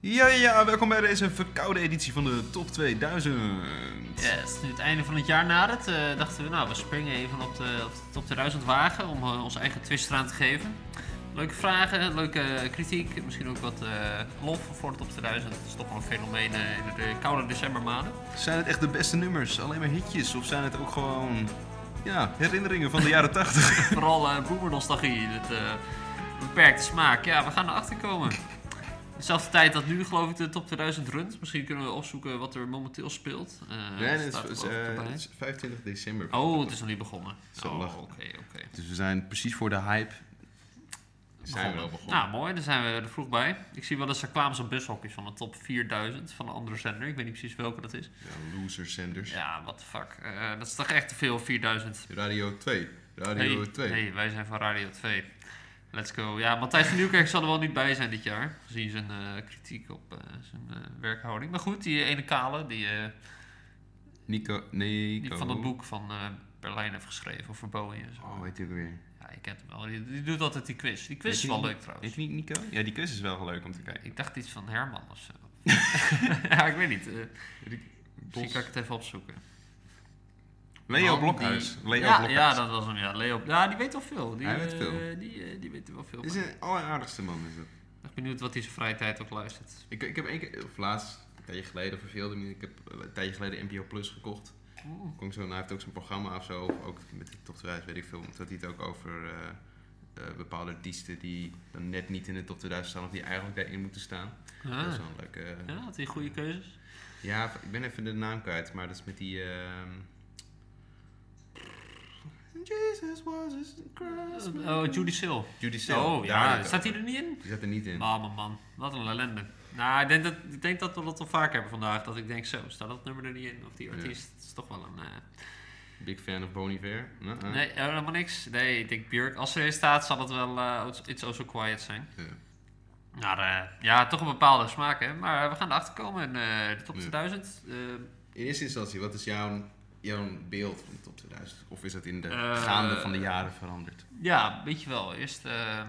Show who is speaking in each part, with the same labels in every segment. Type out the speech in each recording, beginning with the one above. Speaker 1: Ja, ja, ja, welkom bij deze verkoude editie van de Top 2000.
Speaker 2: Yes, nu het einde van het jaar nadert, eh, dachten we, nou, we springen even op de, op de top 2000 wagen om eh, onze eigen twist eraan te geven. Leuke vragen, leuke kritiek, misschien ook wat eh, lof voor de top 2000. Het is toch wel een fenomeen eh, in de, de koude decembermaanden.
Speaker 1: Zijn het echt de beste nummers? Alleen maar hitjes? Of zijn het ook gewoon ja, herinneringen van de jaren 80?
Speaker 2: Vooral eh boemernostalgie, dat eh, beperkte smaak. Ja, we gaan erachter komen. Dezelfde tijd dat nu, geloof ik, de top 2000 runt. Misschien kunnen we opzoeken wat er momenteel speelt. Eh,
Speaker 1: nee,
Speaker 2: staat
Speaker 1: het
Speaker 2: er
Speaker 1: is,
Speaker 2: ook
Speaker 1: eh,
Speaker 2: bij.
Speaker 1: het is 25 december.
Speaker 2: Oh, het is nog niet begonnen.
Speaker 1: Zondag.
Speaker 2: Oh, Oké, oké.
Speaker 1: Dus we zijn precies voor de hype.
Speaker 2: Begonnen. Nou, mooi, daar zijn we er vroeg bij. Ik zie wel eens reclames op bushokjes van de top 4000 van een andere zender. Ik weet niet precies welke dat is.
Speaker 1: Ja, loser zenders.
Speaker 2: Nou. Ja, what the fuck. Eh, dat is toch echt te veel, 4000.
Speaker 1: Radio 2. Radio
Speaker 2: Nee, nee, wij zijn van Radio 2. Let's go. Ja, Matthijs van Nieuwkerk zal er wel niet bij zijn dit jaar. Gezien zijn eh, kritiek op eh, zijn eh, werkhouding. Maar goed, die ene kale die, eh,
Speaker 1: Nico.
Speaker 2: die
Speaker 1: Nico.
Speaker 2: van het boek van eh, Berlijn heeft geschreven. Of voor Bowie en zo.
Speaker 1: Oh, weet ik ook weer.
Speaker 2: Ja, je kent hem wel. Die, die doet altijd die quiz. Die quiz
Speaker 1: Weet
Speaker 2: is wel
Speaker 1: je-
Speaker 2: leuk trouwens.
Speaker 1: Heet die niet Nico? Ja, die quiz is wel leuk om te kijken.
Speaker 2: Ik dacht iets van Herman of zo. ja, ik weet niet. eh, misschien kan ik het even opzoeken.
Speaker 1: Leo
Speaker 2: Man,
Speaker 1: Blokhuis.
Speaker 2: die-
Speaker 1: Leo
Speaker 2: ja,
Speaker 1: Blokhuis.
Speaker 2: ja, dat was hem. Ja, Leo, ja die weet wel veel. Die,
Speaker 1: Hij weet
Speaker 2: eh,
Speaker 1: veel.
Speaker 2: die, eh, die weet er wel veel
Speaker 1: Dit is
Speaker 2: van.
Speaker 1: een alleraardigste man is dat.
Speaker 2: Ik ben benieuwd wat hij zijn vrije tijd ook luistert.
Speaker 1: Ik, ik heb één keer, of laatst, een tijdje geleden verveelde me. Ik heb eh, een tijdje geleden NPO Plus gekocht.
Speaker 2: Oeh.
Speaker 1: Kon ik zo, nou, hij heeft ook zijn programma of zo, of ook met de top 2000, weet ik veel. Dat hij het ook over eh, eh, bepaalde artiesten die dan net niet in de top 2000 staan, of die eigenlijk daarin moeten staan. Dat is
Speaker 2: Ah.
Speaker 1: wel een leuke. eh,
Speaker 2: Ja, had hij goede keuzes?
Speaker 1: Ja, ik ben even de naam kwijt, maar dat is met die. ehm, Jesus was his Christmas.
Speaker 2: Oh, Judy Sil.
Speaker 1: Judy Sil.
Speaker 2: Oh,
Speaker 1: daar
Speaker 2: ja.
Speaker 1: heb ik
Speaker 2: Staat
Speaker 1: het
Speaker 2: hij er niet in?
Speaker 1: over. Die zat er niet in.
Speaker 2: Mama man, wat een ellende. Nou, ik denk, dat, ik denk dat we dat al vaak hebben vandaag. Dat ik denk, zo, staat dat nummer er niet in? Of die
Speaker 1: Ja.
Speaker 2: artiest? Het is toch wel een... eh,
Speaker 1: Big fan of Bon Iver. Nou, eh.
Speaker 2: Nee, helemaal niks. Nee, ik denk Björk. Als ze erin staat, zal het wel eh, It's Oh So Quiet zijn.
Speaker 1: Ja.
Speaker 2: Maar eh, ja, toch een bepaalde smaak, hè. Maar we gaan erachter komen in eh, de top
Speaker 1: Ja.
Speaker 2: 2000. Eh,
Speaker 1: In eerste instantie, wat is jouw, jouw beeld van de top 2000? Of is dat in de
Speaker 2: Eh,
Speaker 1: gaande van de jaren veranderd?
Speaker 2: ja, weet je wel. Eerst, eh, eh,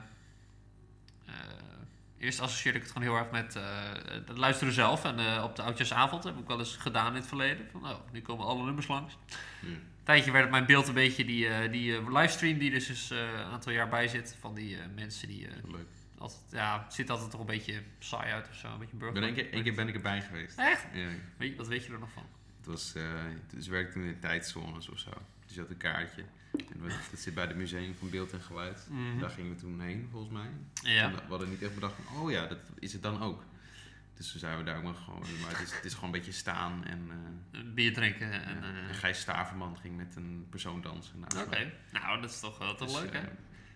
Speaker 2: eerst associeerde ik het gewoon heel erg met eh, het luisteren zelf. En eh, op de oudjaarsavond heb ik wel eens gedaan in het verleden. Van, oh, nu komen alle nummers langs.
Speaker 1: Ja.
Speaker 2: tijdje werd mijn beeld een beetje die, eh, die eh, livestream die dus is, eh, een aantal jaar bij zit. Van die eh, mensen die eh,
Speaker 1: Leuk.
Speaker 2: altijd, ja, het ziet altijd toch een beetje saai uit of zo. Een beetje
Speaker 1: Ik
Speaker 2: burger.
Speaker 1: Ben één keer, één keer ben ik erbij geweest.
Speaker 2: Echt?
Speaker 1: Ja.
Speaker 2: Weet je, wat weet je er nog van?
Speaker 1: Het was, eh, dus werkte toen in tijdzones of zo. Dus je had een kaartje. En dat, dat zit bij het Museum van Beeld en Geluid. Daar gingen we toen heen, volgens mij.
Speaker 2: Mhm. Ja.
Speaker 1: En We hadden niet echt bedacht van, oh ja, dat is het dan ook. Dus toen zijn we daar ook maar gewoon... Maar het is, het is gewoon een beetje staan en... eh,
Speaker 2: Een Bier drinken. En,
Speaker 1: ja.
Speaker 2: eh,
Speaker 1: En Gijs Staverman ging met een persoon dansen. naast
Speaker 2: Oké,
Speaker 1: mij.
Speaker 2: nou dat is toch wel toch
Speaker 1: Dus,
Speaker 2: leuk
Speaker 1: eh,
Speaker 2: hè?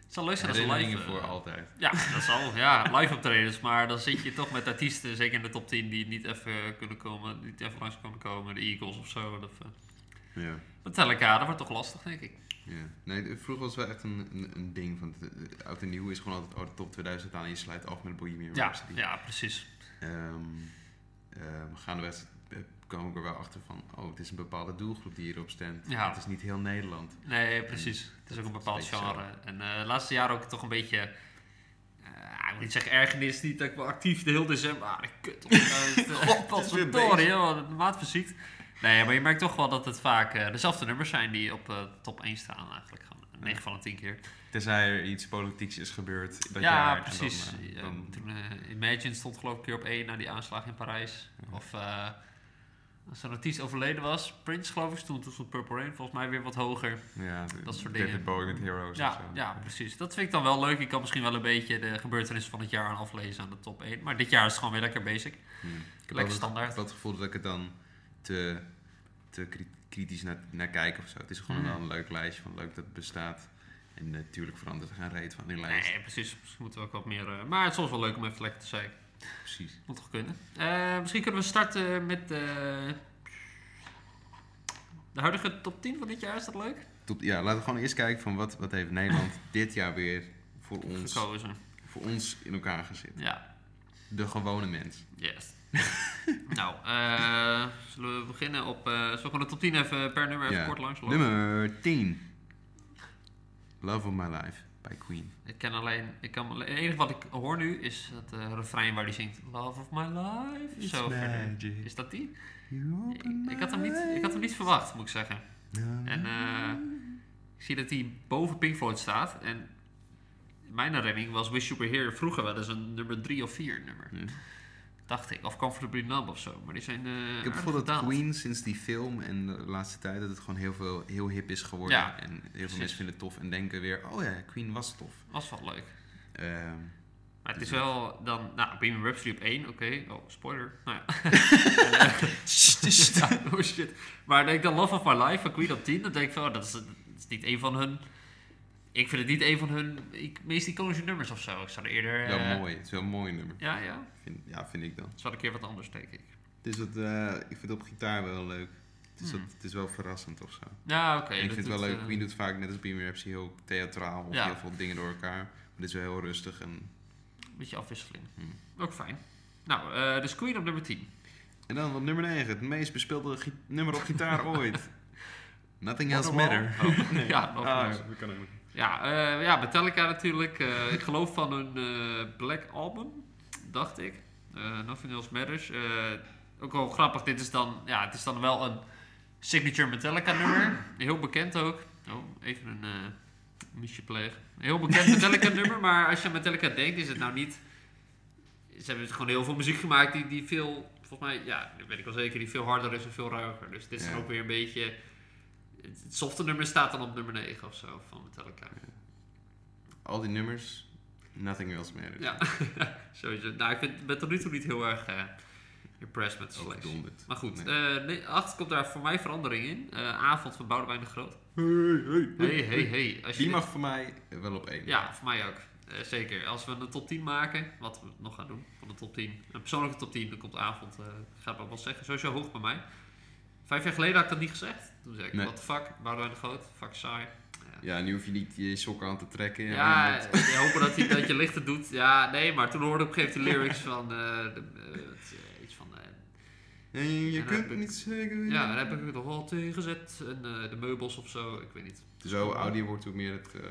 Speaker 2: Het zal leuk zijn als een live.
Speaker 1: Herinneringen
Speaker 2: eh,
Speaker 1: voor altijd.
Speaker 2: ja, dat zal. Ja, live optredens. Maar dan zit je toch met artiesten, zeker in de top 10, die niet even kunnen komen, niet even langs kunnen komen. De Eagles of zo. Of, eh.
Speaker 1: Ja.
Speaker 2: Metallica, dat wordt toch lastig denk ik.
Speaker 1: Ja. Nee, de- vroeger was het wel echt een, een, een ding. Van de, de- oud en nieuw is gewoon altijd oh, de top 2000 aan. En je sluit af met Bohemian
Speaker 2: Ja,
Speaker 1: Rhapsody.
Speaker 2: ja precies.
Speaker 1: Ehm, ehm, gaandeweg eh, kwam ik er wel achter van... Oh, het is een bepaalde doelgroep die hierop stemt.
Speaker 2: Ja.
Speaker 1: Het is niet heel Nederland.
Speaker 2: Nee, precies. het is ook een bepaald
Speaker 1: is een beetje
Speaker 2: genre. En eh, de laatste jaren ook toch een beetje. eh, ik moet niet zeggen ergernis, niet dat ik wel actief de hele december. Ah, de kut. op- eh,
Speaker 1: God, het is weer bezig.
Speaker 2: Potverdorie, joh, de maat verziekt. Nee, maar je merkt toch wel dat het vaak eh, dezelfde nummers zijn die op eh, top 1 staan, eigenlijk. Gewoon 9 van de 10 keer.
Speaker 1: Tenzij er iets politieks is gebeurd dat
Speaker 2: ja,
Speaker 1: jaar. en
Speaker 2: precies.
Speaker 1: dan, eh,
Speaker 2: Ja,
Speaker 1: dan-
Speaker 2: toen, eh, Imagine stond geloof ik een keer op één na die aanslag in Parijs. Of eh, als er een artiest overleden was, Prince geloof ik, stond, toen stond Purple Rain volgens mij weer wat hoger.
Speaker 1: ja,
Speaker 2: dat soort dingen.
Speaker 1: David Bowie met Heroes of
Speaker 2: Ja,
Speaker 1: zo.
Speaker 2: ja, precies. Dat vind ik dan wel leuk. Ik kan misschien wel een beetje de gebeurtenissen van het jaar aan aflezen aan de top 1. Maar dit jaar is het gewoon weer lekker basic.
Speaker 1: Hmm. Ik heb
Speaker 2: Lekker
Speaker 1: altijd-
Speaker 2: standaard.
Speaker 1: Ik had het gevoel dat ik het dan te, te kri- kritisch naar, naar kijk of zo. Het is gewoon
Speaker 2: Mhm.
Speaker 1: wel een leuk lijstje van leuk dat het bestaat. En natuurlijk verandert er geen reet van die lijst.
Speaker 2: Nee, precies. Misschien moeten we ook wat meer... eh, maar het is soms wel leuk om even lekker te zeiken.
Speaker 1: Precies.
Speaker 2: Moet toch kunnen. Eh, misschien kunnen we starten met... eh, de huidige top 10 van dit jaar. Is dat leuk?
Speaker 1: Top, ja, laten we gewoon eerst kijken van wat, wat heeft Nederland dit jaar weer voor ons,
Speaker 2: Gekozen.
Speaker 1: voor ons in elkaar gezet.
Speaker 2: Ja.
Speaker 1: De gewone mens.
Speaker 2: Yes. nou, eh, zullen we beginnen op... eh zullen we gewoon de top 10 even per nummer even
Speaker 1: Ja.
Speaker 2: kort langs lopen?
Speaker 1: Nummer 10. Love of my life. bij Queen.
Speaker 2: Ik ken alleen, ik kan, het enige wat ik hoor nu is het eh, refrein waar die zingt Love of my life.
Speaker 1: It's
Speaker 2: Zo verder.
Speaker 1: magic.
Speaker 2: Is dat die?
Speaker 1: You
Speaker 2: Ik,
Speaker 1: open
Speaker 2: ik had hem
Speaker 1: my
Speaker 2: niet, ik had hem niet verwacht, moet ik zeggen.
Speaker 1: eyes.
Speaker 2: En eh, ik zie dat hij boven Pink Floyd staat. En mijn herinnering was Wish You Were Here vroeger wel eens een nummer 3 of 4 nummer.
Speaker 1: Ja.
Speaker 2: Dacht ik. Of Comfortably Numb of zo. Maar die zijn eh
Speaker 1: Ik heb het gevoel dat Queen sinds die film en de laatste tijd dat het gewoon heel, veel, heel hip is geworden.
Speaker 2: Ja,
Speaker 1: en heel
Speaker 2: precies.
Speaker 1: veel mensen vinden het tof en denken weer, oh ja, Queen was tof.
Speaker 2: Was wel leuk.
Speaker 1: Ehm,
Speaker 2: Maar het is wel dan... Nou, Bohemian Rhapsody op 1. Oké. Oh, spoiler. Nou ja. Ja, oh shit. Maar denk ik dan Love of My Life van Queen op 10, dan denk ik van, oh, dat, is, dat is niet een van hun... Ik vind het niet een van hun ik, meest iconische nummers of zo. Ik zou er eerder...
Speaker 1: wel
Speaker 2: eh,
Speaker 1: mooi, het is wel een mooi nummer.
Speaker 2: Ja, ja.
Speaker 1: Vind, ja, vind ik dan.
Speaker 2: Het is wel een keer wat anders, denk ik.
Speaker 1: Dus dat, eh, ik vind het op gitaar wel leuk. Het is,
Speaker 2: Hmm.
Speaker 1: dat- het is wel verrassend of zo.
Speaker 2: Ja, oké.
Speaker 1: En ik
Speaker 2: dat
Speaker 1: vind het wel
Speaker 2: doet,
Speaker 1: leuk,
Speaker 2: eh,
Speaker 1: Queen doet vaak net als Beamer Rhapsody heel theatraal of
Speaker 2: Ja.
Speaker 1: heel veel dingen door elkaar. Maar dit is wel heel rustig en,
Speaker 2: Een beetje afwisseling.
Speaker 1: Hmm.
Speaker 2: Ook fijn. Nou, eh, dus Queen op nummer 10.
Speaker 1: en dan op nummer 9, het meest bespeelde gi- nummer op gitaar ooit. Nothing else
Speaker 2: Wonderwall.
Speaker 1: matter.
Speaker 2: Oh, Ja, nog
Speaker 1: Ah,
Speaker 2: eens.
Speaker 1: we kunnen ook niet.
Speaker 2: Ja, eh, ja, Metallica natuurlijk. Eh, ik geloof van hun eh, Black Album, dacht ik. Eh Nothing Else Matters. Eh, ook wel grappig, dit is dan, ja, het is dan wel een signature Metallica nummer. Heel bekend ook. Oh, even een eh misje plegen. Een heel bekend Metallica nummer, maar als je aan Metallica denkt, is het nou niet... Ze hebben dus gewoon heel veel muziek gemaakt die, die veel, volgens mij, ja, dat weet ik wel zeker, die veel harder is en veel ruiger. Dus dit is
Speaker 1: Ja.
Speaker 2: dan ook weer een beetje... Het het softe nummer staat dan op nummer 9 of zo van Metallica.
Speaker 1: Al die nummers, nothing else matters.
Speaker 2: Ja, sowieso. Nou, ik vind, ben tot nu toe niet heel erg eh impressed met Slash.
Speaker 1: Overdonderd.
Speaker 2: Maar goed,
Speaker 1: Oh, Nee.
Speaker 2: eh, Oh, nee, achter komt daar voor mij verandering in. Eh, avond van Boudewijn de Groot.
Speaker 1: Hey, hey,
Speaker 2: Hey, hey, hey. Als je
Speaker 1: Die
Speaker 2: dit-
Speaker 1: mag voor mij wel op één.
Speaker 2: Ja, voor mij ook. Eh, zeker. Als we een top 10 maken, wat we nog gaan doen van de top 10. Een persoonlijke top 10, dan komt avond. eh gaat maar wat zeggen. Sowieso hoog bij mij. Vijf jaar geleden had ik dat niet gezegd. Toen zei ik,
Speaker 1: Nee.
Speaker 2: what the fuck, Boudewijn de Groot, fuck saai. Ja.
Speaker 1: Ja, nu hoef je niet je sokken aan te trekken.
Speaker 2: Ja,
Speaker 1: dat-
Speaker 2: eh, hopen dat, hij, dat je lichter doet. Ja, nee, maar toen hoorde ik op een gegeven moment de lyrics van... eh, de, eh, het, eh, iets van... eh,
Speaker 1: En je
Speaker 2: en dan
Speaker 1: kunt
Speaker 2: heb ik-
Speaker 1: niet zeggen.
Speaker 2: ja, daar heb ik het nogal tegen gezet. En eh, de meubels of zo, ik weet niet.
Speaker 1: Zo ouder je wordt, hoe meer het eh,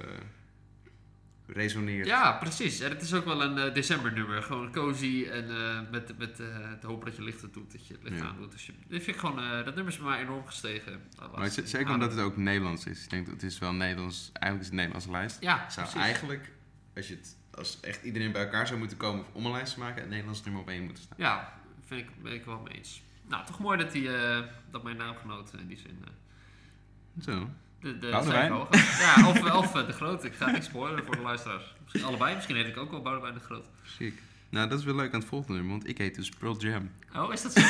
Speaker 1: resoneert.
Speaker 2: Ja, precies. En het is ook wel een eh, decembernummer. Gewoon cozy en eh, met, met eh de hoop dat je lichter doet. Dat je het licht
Speaker 1: Ja.
Speaker 2: aan doet. Dus je, dit vind ik gewoon... eh, dat nummer is bij mij enorm gestegen.
Speaker 1: Maar z- zeker omdat het ook Nederlands is. Ik denk dat het is wel Nederlands. Eigenlijk is het een Nederlandse lijst.
Speaker 2: Ja,
Speaker 1: Het zou
Speaker 2: precies.
Speaker 1: eigenlijk, als, je het, als echt iedereen bij elkaar zou moeten komen om een lijst te maken, het Nederlands nummer op één moeten staan.
Speaker 2: Ja, vind ik, ben ik wel mee eens. Nou, toch mooi dat, die, eh, dat mijn naamgenoot eh, in die zin... eh,
Speaker 1: Zo.
Speaker 2: De, de
Speaker 1: Boudewijn?
Speaker 2: zijn hoger. Ja, of, of eh, de Groot. Ik ga niks spoileren voor de luisteraars. Misschien allebei. Misschien heet ik ook wel Boudewijn de Groot.
Speaker 1: Chic. Nou, dat is wel leuk aan het volgende nummer, want ik heet dus Pearl Jam.
Speaker 2: Oh, is dat zo?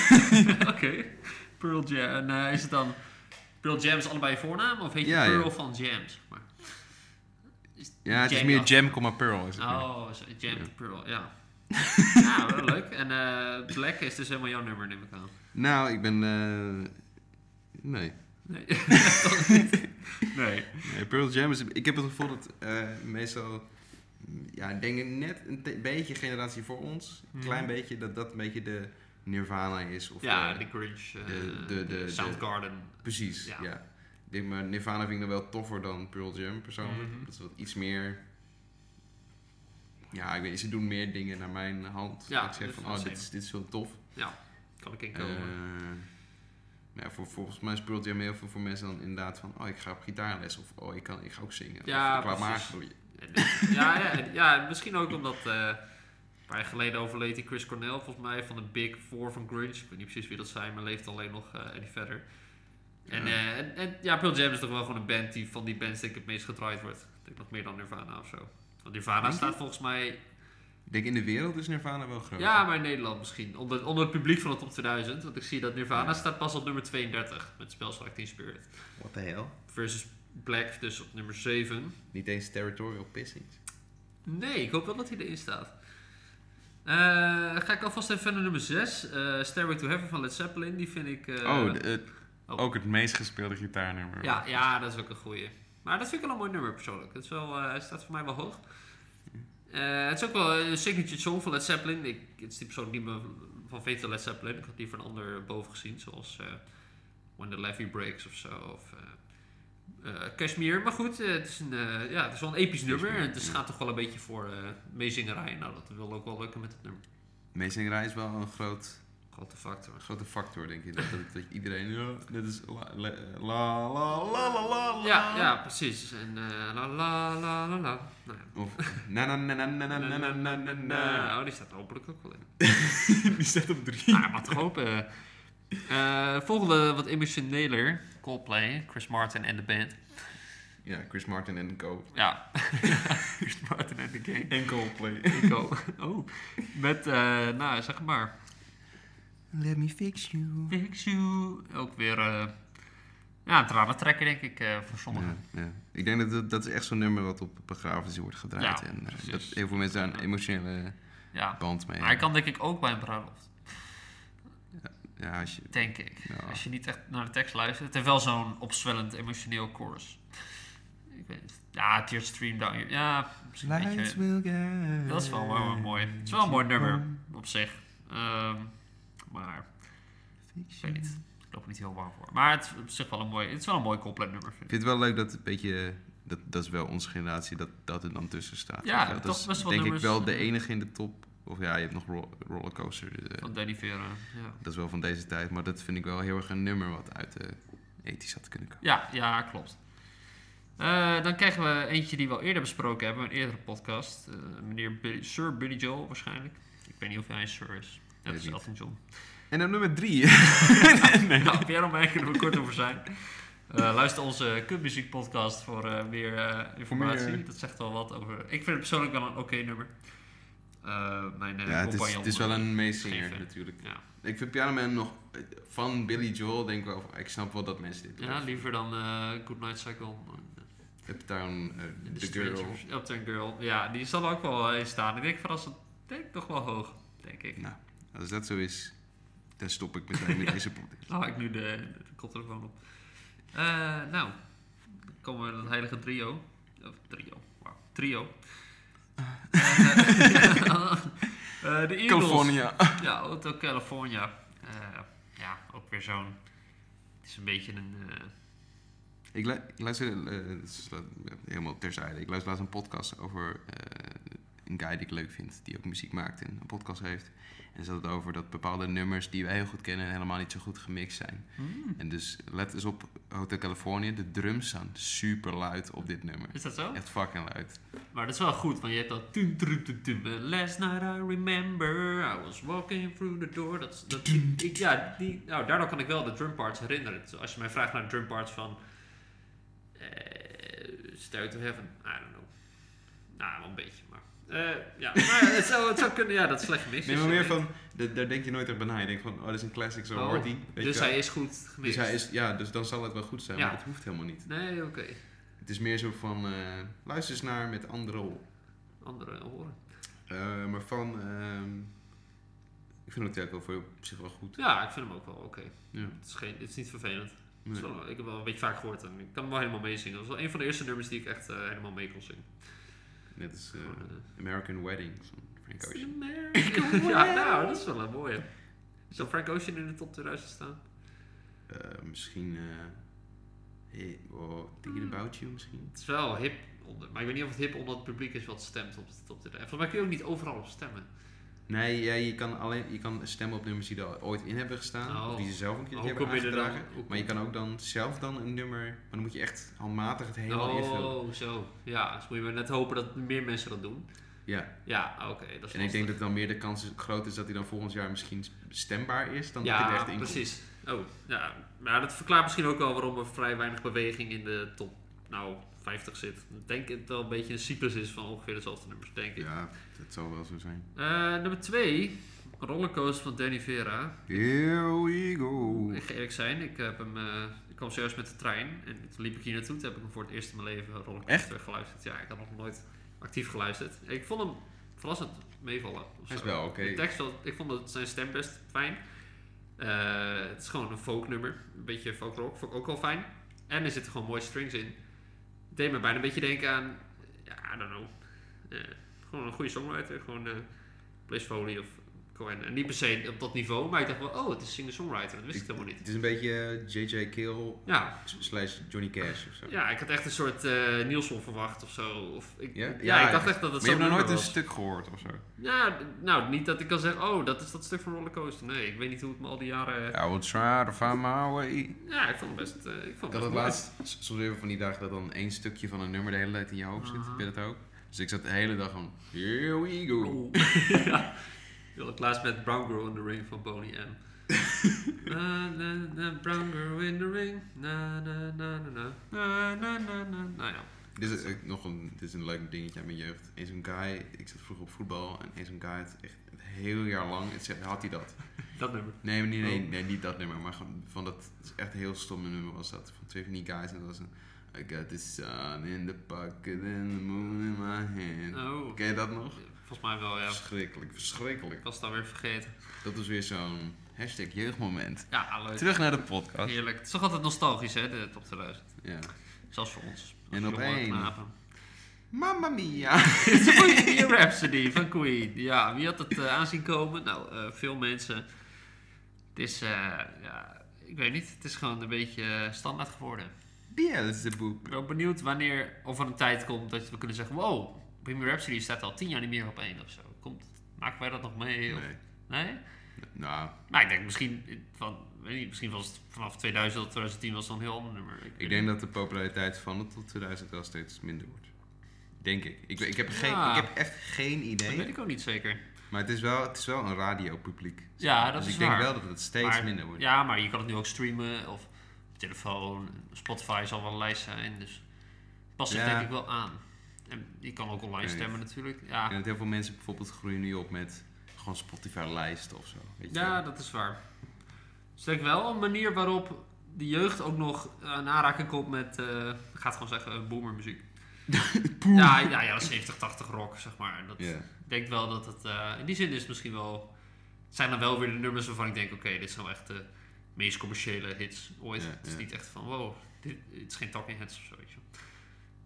Speaker 2: Oké. Pearl Jam. En eh, is het dan Pearl Jam is allebei je voornaam? Of heet je
Speaker 1: Ja, ja.
Speaker 2: Pearl van Jams? Maar,
Speaker 1: Ja, het is
Speaker 2: Jam,
Speaker 1: meer
Speaker 2: ja.
Speaker 1: Jam, comma Pearl. Is het meer.
Speaker 2: oh, is het Jam
Speaker 1: Ja.
Speaker 2: Pearl, ja. ja, wel leuk. En eh, Black is dus helemaal jouw nummer, neem ik aan.
Speaker 1: Nou, ik ben. eh, nee.
Speaker 2: Nee, toch niet. Nee.
Speaker 1: Nee, Pearl Jam is... Ik heb het gevoel dat eh, meestal... Ja, ik denk net een te- beetje generatie voor ons. Een
Speaker 2: Mhm.
Speaker 1: klein beetje dat dat een beetje de Nirvana is. Of
Speaker 2: Ja,
Speaker 1: de-
Speaker 2: de Grinch, eh,
Speaker 1: de- de- de-
Speaker 2: Soundgarden.
Speaker 1: Precies,
Speaker 2: ja.
Speaker 1: ja. Ik denk, maar Nirvana vind ik dan wel toffer dan Pearl Jam persoonlijk.
Speaker 2: Mhm.
Speaker 1: Dat is wat iets meer... Ja, ik weet niet, ze doen meer dingen naar mijn hand.
Speaker 2: Ja,
Speaker 1: ik zeg
Speaker 2: dus
Speaker 1: van,
Speaker 2: dat
Speaker 1: oh,
Speaker 2: is
Speaker 1: dit
Speaker 2: same.
Speaker 1: is, dit is wel tof.
Speaker 2: Kan ik inkomen.
Speaker 1: Eh nou, voor, volgens mij is Pearl Jam heel veel voor mensen dan inderdaad van... Oh, ik ga op gitaarles. Of oh, ik, kan, ik ga ook zingen.
Speaker 2: Ja,
Speaker 1: of ik laat
Speaker 2: precies.
Speaker 1: maken.
Speaker 2: Ja, ja, en- ja, en misschien ook omdat eh, een paar jaar geleden overleed die Chris Cornell, volgens mij, van de Big Four van Grunge. Ik weet niet precies wie dat zijn, maar leeft alleen nog eh Eddie verder. En,
Speaker 1: Ja.
Speaker 2: eh, en, en ja, Pearl Jam is toch wel gewoon een band die van die bands denk ik het meest gedraaid wordt. Ik denk nog meer dan Nirvana of zo. Want Nirvana
Speaker 1: Denk je?
Speaker 2: staat volgens mij...
Speaker 1: Ik denk in de wereld is Nirvana wel groot.
Speaker 2: Ja, maar in Nederland misschien. Onder, onder het publiek van de top 2000. Want ik zie dat Nirvana
Speaker 1: Ja.
Speaker 2: staat pas op nummer 32. Met Spells Like Teen Spirit.
Speaker 1: What the hell?
Speaker 2: Versus Black dus op nummer 7.
Speaker 1: Niet eens territorial pissing.
Speaker 2: Nee, ik hoop wel dat hij erin staat. Eh, ga ik alvast even naar nummer 6. eh Stairway to Heaven van Led Zeppelin. Die vind ik... eh,
Speaker 1: oh, de- het-
Speaker 2: oh.
Speaker 1: ook het meest gespeelde gitaarnummer.
Speaker 2: ja, ja, dat is ook een goeie. Maar dat vind ik wel een mooi nummer persoonlijk. Het is wel, eh, hij staat voor mij wel hoog. Eh, het is ook wel een signature song van Led Zeppelin. Ik, het is die persoon die me van weet van Led Zeppelin. Ik had die van een ander boven gezien. Zoals eh, When the Levy Breaks of zo. Of eh, eh Kashmir. Maar goed, eh, het, is een, eh, ja, het is wel een episch nummer.
Speaker 1: Kashmir,
Speaker 2: En dus
Speaker 1: ja.
Speaker 2: het gaat toch wel een beetje voor eh, meezingerij. Nou, dat wil ook wel lukken met het nummer.
Speaker 1: Meezingerij is wel een groot,
Speaker 2: Grote factor.
Speaker 1: grote factor, denk ik. Dat, dat, dat iedereen... Ja, dit is la la la la la la.
Speaker 2: Ja, ja, precies. En eh, la la la la la. Nou, ja.
Speaker 1: Of na na na na na na na na na na na.
Speaker 2: Nou, die staat er hopelijk ook wel in.
Speaker 1: Die staat op drie.
Speaker 2: Nou, wat toch hopen. Eh, volgende wat emotioneler. Coldplay, Chris Martin en de band.
Speaker 1: Ja, Chris Martin en Co.
Speaker 2: Ja. Chris Martin en de gang.
Speaker 1: En Coldplay.
Speaker 2: Ik ook. Oh. Met, eh, nou, zeg maar.
Speaker 1: Let me fix you.
Speaker 2: Fix you. Ook weer, eh, ja, een tranentrekker denk ik eh, voor
Speaker 1: Ja,
Speaker 2: sommigen.
Speaker 1: ja. Ik denk dat dat, dat is echt zo'n nummer wat op begrafenissen wordt gedraaid.
Speaker 2: Ja,
Speaker 1: en eh,
Speaker 2: precies.
Speaker 1: dat heel veel mensen daar een emotionele
Speaker 2: Ja.
Speaker 1: band mee
Speaker 2: Maar hij
Speaker 1: hebben.
Speaker 2: kan denk ik ook bij een bruiloft.
Speaker 1: Ja, als je... nou,
Speaker 2: Denk ik.
Speaker 1: Ja.
Speaker 2: Als je niet echt naar de tekst luistert. Het heeft wel zo'n opzwellend emotioneel chorus. Ik weet het. Ja, Tears Stream Down. Your- Ja, misschien een beetje.
Speaker 1: will get
Speaker 2: Dat is wel, wel mooi. Het is wel een mooi nummer op zich. Ehm, maar ik weet niet. Ik loop er niet heel warm voor. Maar het is op zich wel een mooi, het is wel een mooi compleet nummer, vind
Speaker 1: Ik
Speaker 2: ik.
Speaker 1: vind het wel leuk dat het een beetje... Dat, dat is wel onze generatie, dat, dat er dan tussen staat.
Speaker 2: Ja,
Speaker 1: dat
Speaker 2: toch
Speaker 1: is
Speaker 2: best wel
Speaker 1: denk ik
Speaker 2: nummers. eh,
Speaker 1: wel de enige in de top. Of ja, je hebt nog ro- Rollercoaster. dus, eh,
Speaker 2: Van Danny Vera. Ja.
Speaker 1: dat is wel van deze tijd. Maar dat vind ik wel heel erg een nummer wat uit de ethisch had kunnen komen.
Speaker 2: ja, ja, klopt. Eh, dan krijgen we eentje die we al eerder besproken hebben, een eerdere podcast. Eh, meneer Billy- Sir Billy Joel waarschijnlijk. Ik weet niet of hij een Sir is. Dat
Speaker 1: Weet
Speaker 2: is
Speaker 1: niet.
Speaker 2: Elton John.
Speaker 1: En dan nummer drie.
Speaker 2: Nou, Pierre mij kunnen we kort over zijn. Eh, luister onze Cupmuziek podcast voor eh, meer eh, informatie.
Speaker 1: Meer.
Speaker 2: Dat zegt wel wat over. Ik vind het persoonlijk wel een oké nummer. Eh, mijn eh,
Speaker 1: Ja, het is,
Speaker 2: compagnon.
Speaker 1: het is wel een meezinger
Speaker 2: Geen
Speaker 1: natuurlijk.
Speaker 2: Ja.
Speaker 1: Ik vind Piano Man nog... eh, Van Billy Joel denk ik wel... van, Ik snap wel dat mensen dit
Speaker 2: ja, liever dan eh Good Night Cycle. eh,
Speaker 1: Uptown, eh,
Speaker 2: En
Speaker 1: The Girl.
Speaker 2: Uptown Girl. Ja, die zal er ook wel eh, in staan. Ik denk verrassend, denk ik, toch wel hoog. Denk ik.
Speaker 1: Nou, als dat zo is, dan stop ik meteen met deze podcast.
Speaker 2: Dan haal Ah, ik nu de, de koptelefoon op. Eh, nou, dan komen we in het heilige trio. Of trio, wauw, trio. Eh, eh, de Eagles.
Speaker 1: California.
Speaker 2: Ja, Auto California. Eh, ja, ook weer zo'n... Het is een beetje een... eh,
Speaker 1: Ik, lu- ik luister, eh, het is la- helemaal terzijde, ik luister laatst een podcast over eh, een guy die ik leuk vind, die ook muziek maakt en een podcast heeft. En ze had het over dat bepaalde nummers die wij heel goed kennen helemaal niet zo goed gemixt zijn.
Speaker 2: Hmm.
Speaker 1: En dus let eens op Hotel California, de drums staan super luid op dit nummer.
Speaker 2: Is dat zo?
Speaker 1: Echt fucking luid.
Speaker 2: Maar dat is wel goed, want je hebt dat... Tum, tum, tum, tum. Eh, Last night I remember, I was walking through the door. Dat, dat, ik, ja, die, nou, daardoor kan ik wel de drumparts herinneren. Dus als je mij vraagt naar de drumparts van... eh Stairway to Heaven, I don't know. Nou, wel een beetje, maar... eh, ja, maar het zou, het zou kunnen, ja, dat is slecht gemist.
Speaker 1: Nee, maar
Speaker 2: Dus,
Speaker 1: meer
Speaker 2: eh,
Speaker 1: van, da- daar denk je nooit echt bij na. Je denkt van, oh, dat is een classic, zo
Speaker 2: oh,
Speaker 1: hoort die. Weet
Speaker 2: Dus
Speaker 1: je wel.
Speaker 2: hij is goed gemist.
Speaker 1: dus hij is, ja, dus dan zal het wel goed zijn,
Speaker 2: Ja.
Speaker 1: maar het hoeft helemaal niet.
Speaker 2: Nee, oké.
Speaker 1: Het is meer zo van, eh, luister eens naar met andere oor.
Speaker 2: Andere horen.
Speaker 1: Eh, maar van, ehm, ik vind het ook wel voor je op zich wel goed.
Speaker 2: Ja, ik vind hem ook wel oké.
Speaker 1: Ja.
Speaker 2: Het, is geen- het is niet vervelend. Het is
Speaker 1: Nee.
Speaker 2: wel- ik heb wel een beetje vaak gehoord en ik kan hem wel helemaal meezingen. Dat was wel een van de eerste nummers die ik echt eh, helemaal mee kon zingen.
Speaker 1: Net als eh,
Speaker 2: Gewoon, eh,
Speaker 1: American Wedding van Frank
Speaker 2: It's
Speaker 1: Ocean.
Speaker 2: an American ja, nou, dat is wel een mooie. Zou Frank Ocean in de top 2000 staan?
Speaker 1: Eh, misschien, eh hey, oh,
Speaker 2: Hmm.
Speaker 1: Thinking About You misschien.
Speaker 2: Het is wel hip, onder, maar ik weet niet of het hip onder het publiek is wat stemt op de top 2000. En volgens mij kun je ook niet overal op stemmen.
Speaker 1: Nee, ja, je, kan alleen, je kan stemmen op nummers die er ooit in hebben gestaan.
Speaker 2: Oh.
Speaker 1: Of die ze zelf een keer
Speaker 2: Hoe
Speaker 1: hebben
Speaker 2: kom je er dan-
Speaker 1: aangedragen.
Speaker 2: hoe kom-
Speaker 1: maar je kan ook dan zelf dan een nummer... Maar dan moet je echt handmatig het helemaal invullen.
Speaker 2: oh, zo. Ja, dus moet je maar net hopen dat meer mensen dat doen.
Speaker 1: Ja,
Speaker 2: Ja, oké. dat is
Speaker 1: en ik denk dat dan meer de kans is- groot is dat hij dan volgend jaar misschien stembaar is. Dan dat hij er
Speaker 2: ja,
Speaker 1: echt in komt.
Speaker 2: precies. Oh, ja. Maar dat verklaart misschien ook wel waarom er vrij weinig beweging in de top nou, 50 zit. Ik denk dat het wel een beetje een cyclus is van ongeveer dezelfde nummers, denk ik.
Speaker 1: Ja, dat zal wel zo zijn.
Speaker 2: Eh, nummer 2, Rollercoaster van Danny Vera.
Speaker 1: Here we go.
Speaker 2: Ik ga eerlijk zijn, ik, heb hem, eh, ik kwam zojuist met de trein en toen liep ik hier naartoe. Toen heb ik hem voor het eerst in mijn leven Rollercoaster geluisterd. Ja, ik had nog nooit actief geluisterd. Ik vond hem verrassend meevallen. of
Speaker 1: Hij is
Speaker 2: zo.
Speaker 1: wel oké.
Speaker 2: De tekst wel- ik vond dat zijn stem best fijn. Eh, het is gewoon een folknummer. Een beetje folkrock. Vond ik ook wel fijn. En er zitten gewoon mooie strings in. Deed me bijna een beetje denken aan... Ja, I don't know. Eh, gewoon een goede songwriter. Gewoon eh Blaze Foley of Cohen. En niet per se op dat niveau, maar ik dacht wel, oh, het is singer-songwriter. Dat wist ik helemaal niet.
Speaker 1: Het is een beetje eh, J.J. Kill
Speaker 2: Ja,
Speaker 1: slash Johnny Cash of zo.
Speaker 2: Ja, ik had echt een soort eh Nielsen verwacht of zo. Of ik, ja,
Speaker 1: Ja?
Speaker 2: ik dacht echt dat het
Speaker 1: Maar je hebt
Speaker 2: zo
Speaker 1: nog nooit een
Speaker 2: was.
Speaker 1: stuk gehoord of zo.
Speaker 2: Ja, nou, niet dat ik kan zeggen, oh, dat is dat stuk van Rollercoaster. Nee, ik weet niet hoe het me al die jaren... Ja,
Speaker 1: I will try to find my way.
Speaker 2: ik vond het best... eh, ik vond
Speaker 1: Ik had
Speaker 2: het best
Speaker 1: het
Speaker 2: mooi.
Speaker 1: laatst, s- soms even van die dagen dat dan één stukje van een nummer de hele tijd in je hoofd zit.
Speaker 2: Aha.
Speaker 1: Heb je dat ook? Dus ik zat de hele dag van, here we go.
Speaker 2: Oeh. ja. Ik had het laatst met Brown Girl in the Ring van Boney M. na, na, na, Brown Girl in the Ring. Na, na, na, na, na. Na, na, na, na. Nou ja.
Speaker 1: Dit is ook nog een, dit is een leuk dingetje uit mijn jeugd. Eens een guy, ik zat vroeger op voetbal en eens een guy had echt het hele jaar lang het, ze- had hij dat.
Speaker 2: Dat nummer.
Speaker 1: Nee, nee, nee,
Speaker 2: Oh.
Speaker 1: nee, niet dat nummer, maar gewoon van dat het is echt een heel stomme nummer was dat. Van twee van die guys en dat was een I got the sun in the pocket and the moon in my hand.
Speaker 2: Oh.
Speaker 1: Ken je dat nog?
Speaker 2: Volgens mij wel, ja.
Speaker 1: Verschrikkelijk, verschrikkelijk.
Speaker 2: Ik was het alweer vergeten.
Speaker 1: Dat was weer zo'n hashtag jeugdmoment.
Speaker 2: Ja, leuk.
Speaker 1: Terug naar de podcast.
Speaker 2: Heerlijk. Het is toch altijd nostalgisch, hè, de top 2000.
Speaker 1: Ja.
Speaker 2: Zelfs voor ons.
Speaker 1: En
Speaker 2: Als
Speaker 1: op
Speaker 2: jonge
Speaker 1: één.
Speaker 2: knapen.
Speaker 1: Mamma mia.
Speaker 2: Bohemian Rhapsody van Queen. Ja, wie had het eh, aanzien komen? Nou, eh, veel mensen. Het is, eh, ja, ik weet niet. Het is gewoon een beetje eh, standaard geworden. Ik
Speaker 1: Beelzebub.
Speaker 2: ben ook benieuwd wanneer of er een tijd komt dat we kunnen zeggen... Wow, Bohemian Rhapsody staat al tien jaar niet meer op één of zo. Komt, maken wij dat nog mee? Of,
Speaker 1: Nee.
Speaker 2: nee?
Speaker 1: Nou,
Speaker 2: Maar ik denk misschien van... Weet niet, misschien was het vanaf 2000 tot 2010 was het een heel ander nummer. Ik,
Speaker 1: ik
Speaker 2: weet
Speaker 1: denk
Speaker 2: niet.
Speaker 1: dat de populariteit van het tot 2000 wel steeds minder wordt. Denk ik. Ik, ik, heb, geen,
Speaker 2: Ja.
Speaker 1: ik heb echt geen
Speaker 2: Dat
Speaker 1: idee.
Speaker 2: weet ik ook niet zeker.
Speaker 1: Maar het is wel, het is wel een radiopubliek.
Speaker 2: Ja, dat
Speaker 1: dus
Speaker 2: is
Speaker 1: ik denk
Speaker 2: waar.
Speaker 1: wel dat het steeds
Speaker 2: Maar-
Speaker 1: minder wordt.
Speaker 2: Ja, maar je kan het nu ook streamen of op telefoon. Spotify zal wel een lijst zijn, dus het past zich
Speaker 1: Ja.
Speaker 2: denk ik wel aan. En je kan ook online
Speaker 1: Ik weet
Speaker 2: stemmen natuurlijk. Ja,
Speaker 1: En dat heel veel mensen bijvoorbeeld groeien nu op met gewoon Spotify-lijsten of zo. Weet je
Speaker 2: ja
Speaker 1: wel.
Speaker 2: dat is waar. Dus ik denk wel een manier waarop de jeugd ook nog eh, een aanraking komt met, eh, ik ga het gewoon zeggen, eh, boomermuziek. ja, ja, ja, 70, 80 rock, zeg maar. En Dat,
Speaker 1: Ja.
Speaker 2: Ik denk wel dat het, eh, in die zin is het misschien wel, het zijn dan wel weer de nummers waarvan ik denk, oké, dit zijn wel echt de meest commerciële hits ooit.
Speaker 1: Ja,
Speaker 2: het is
Speaker 1: ja.
Speaker 2: niet echt van, wow, dit, het is geen Talking Heads of zo, weet je wel.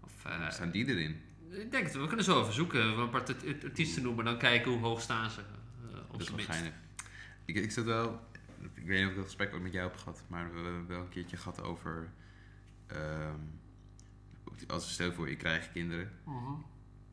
Speaker 2: Of, eh,
Speaker 1: Dan staan die erin?
Speaker 2: ik denk het, we kunnen zo even zoeken, we een paar t- t- artiesten noemen, dan kijken hoe hoog staan ze. eh, op
Speaker 1: Dat is
Speaker 2: zijn
Speaker 1: wel
Speaker 2: minst.
Speaker 1: geinig. Ik, ik zat wel... Ik weet niet of ik dat gesprek ooit met jou heb gehad. Maar we hebben wel een keertje gehad over... ehm, als stel je voor, je krijgt kinderen.
Speaker 2: Mhm.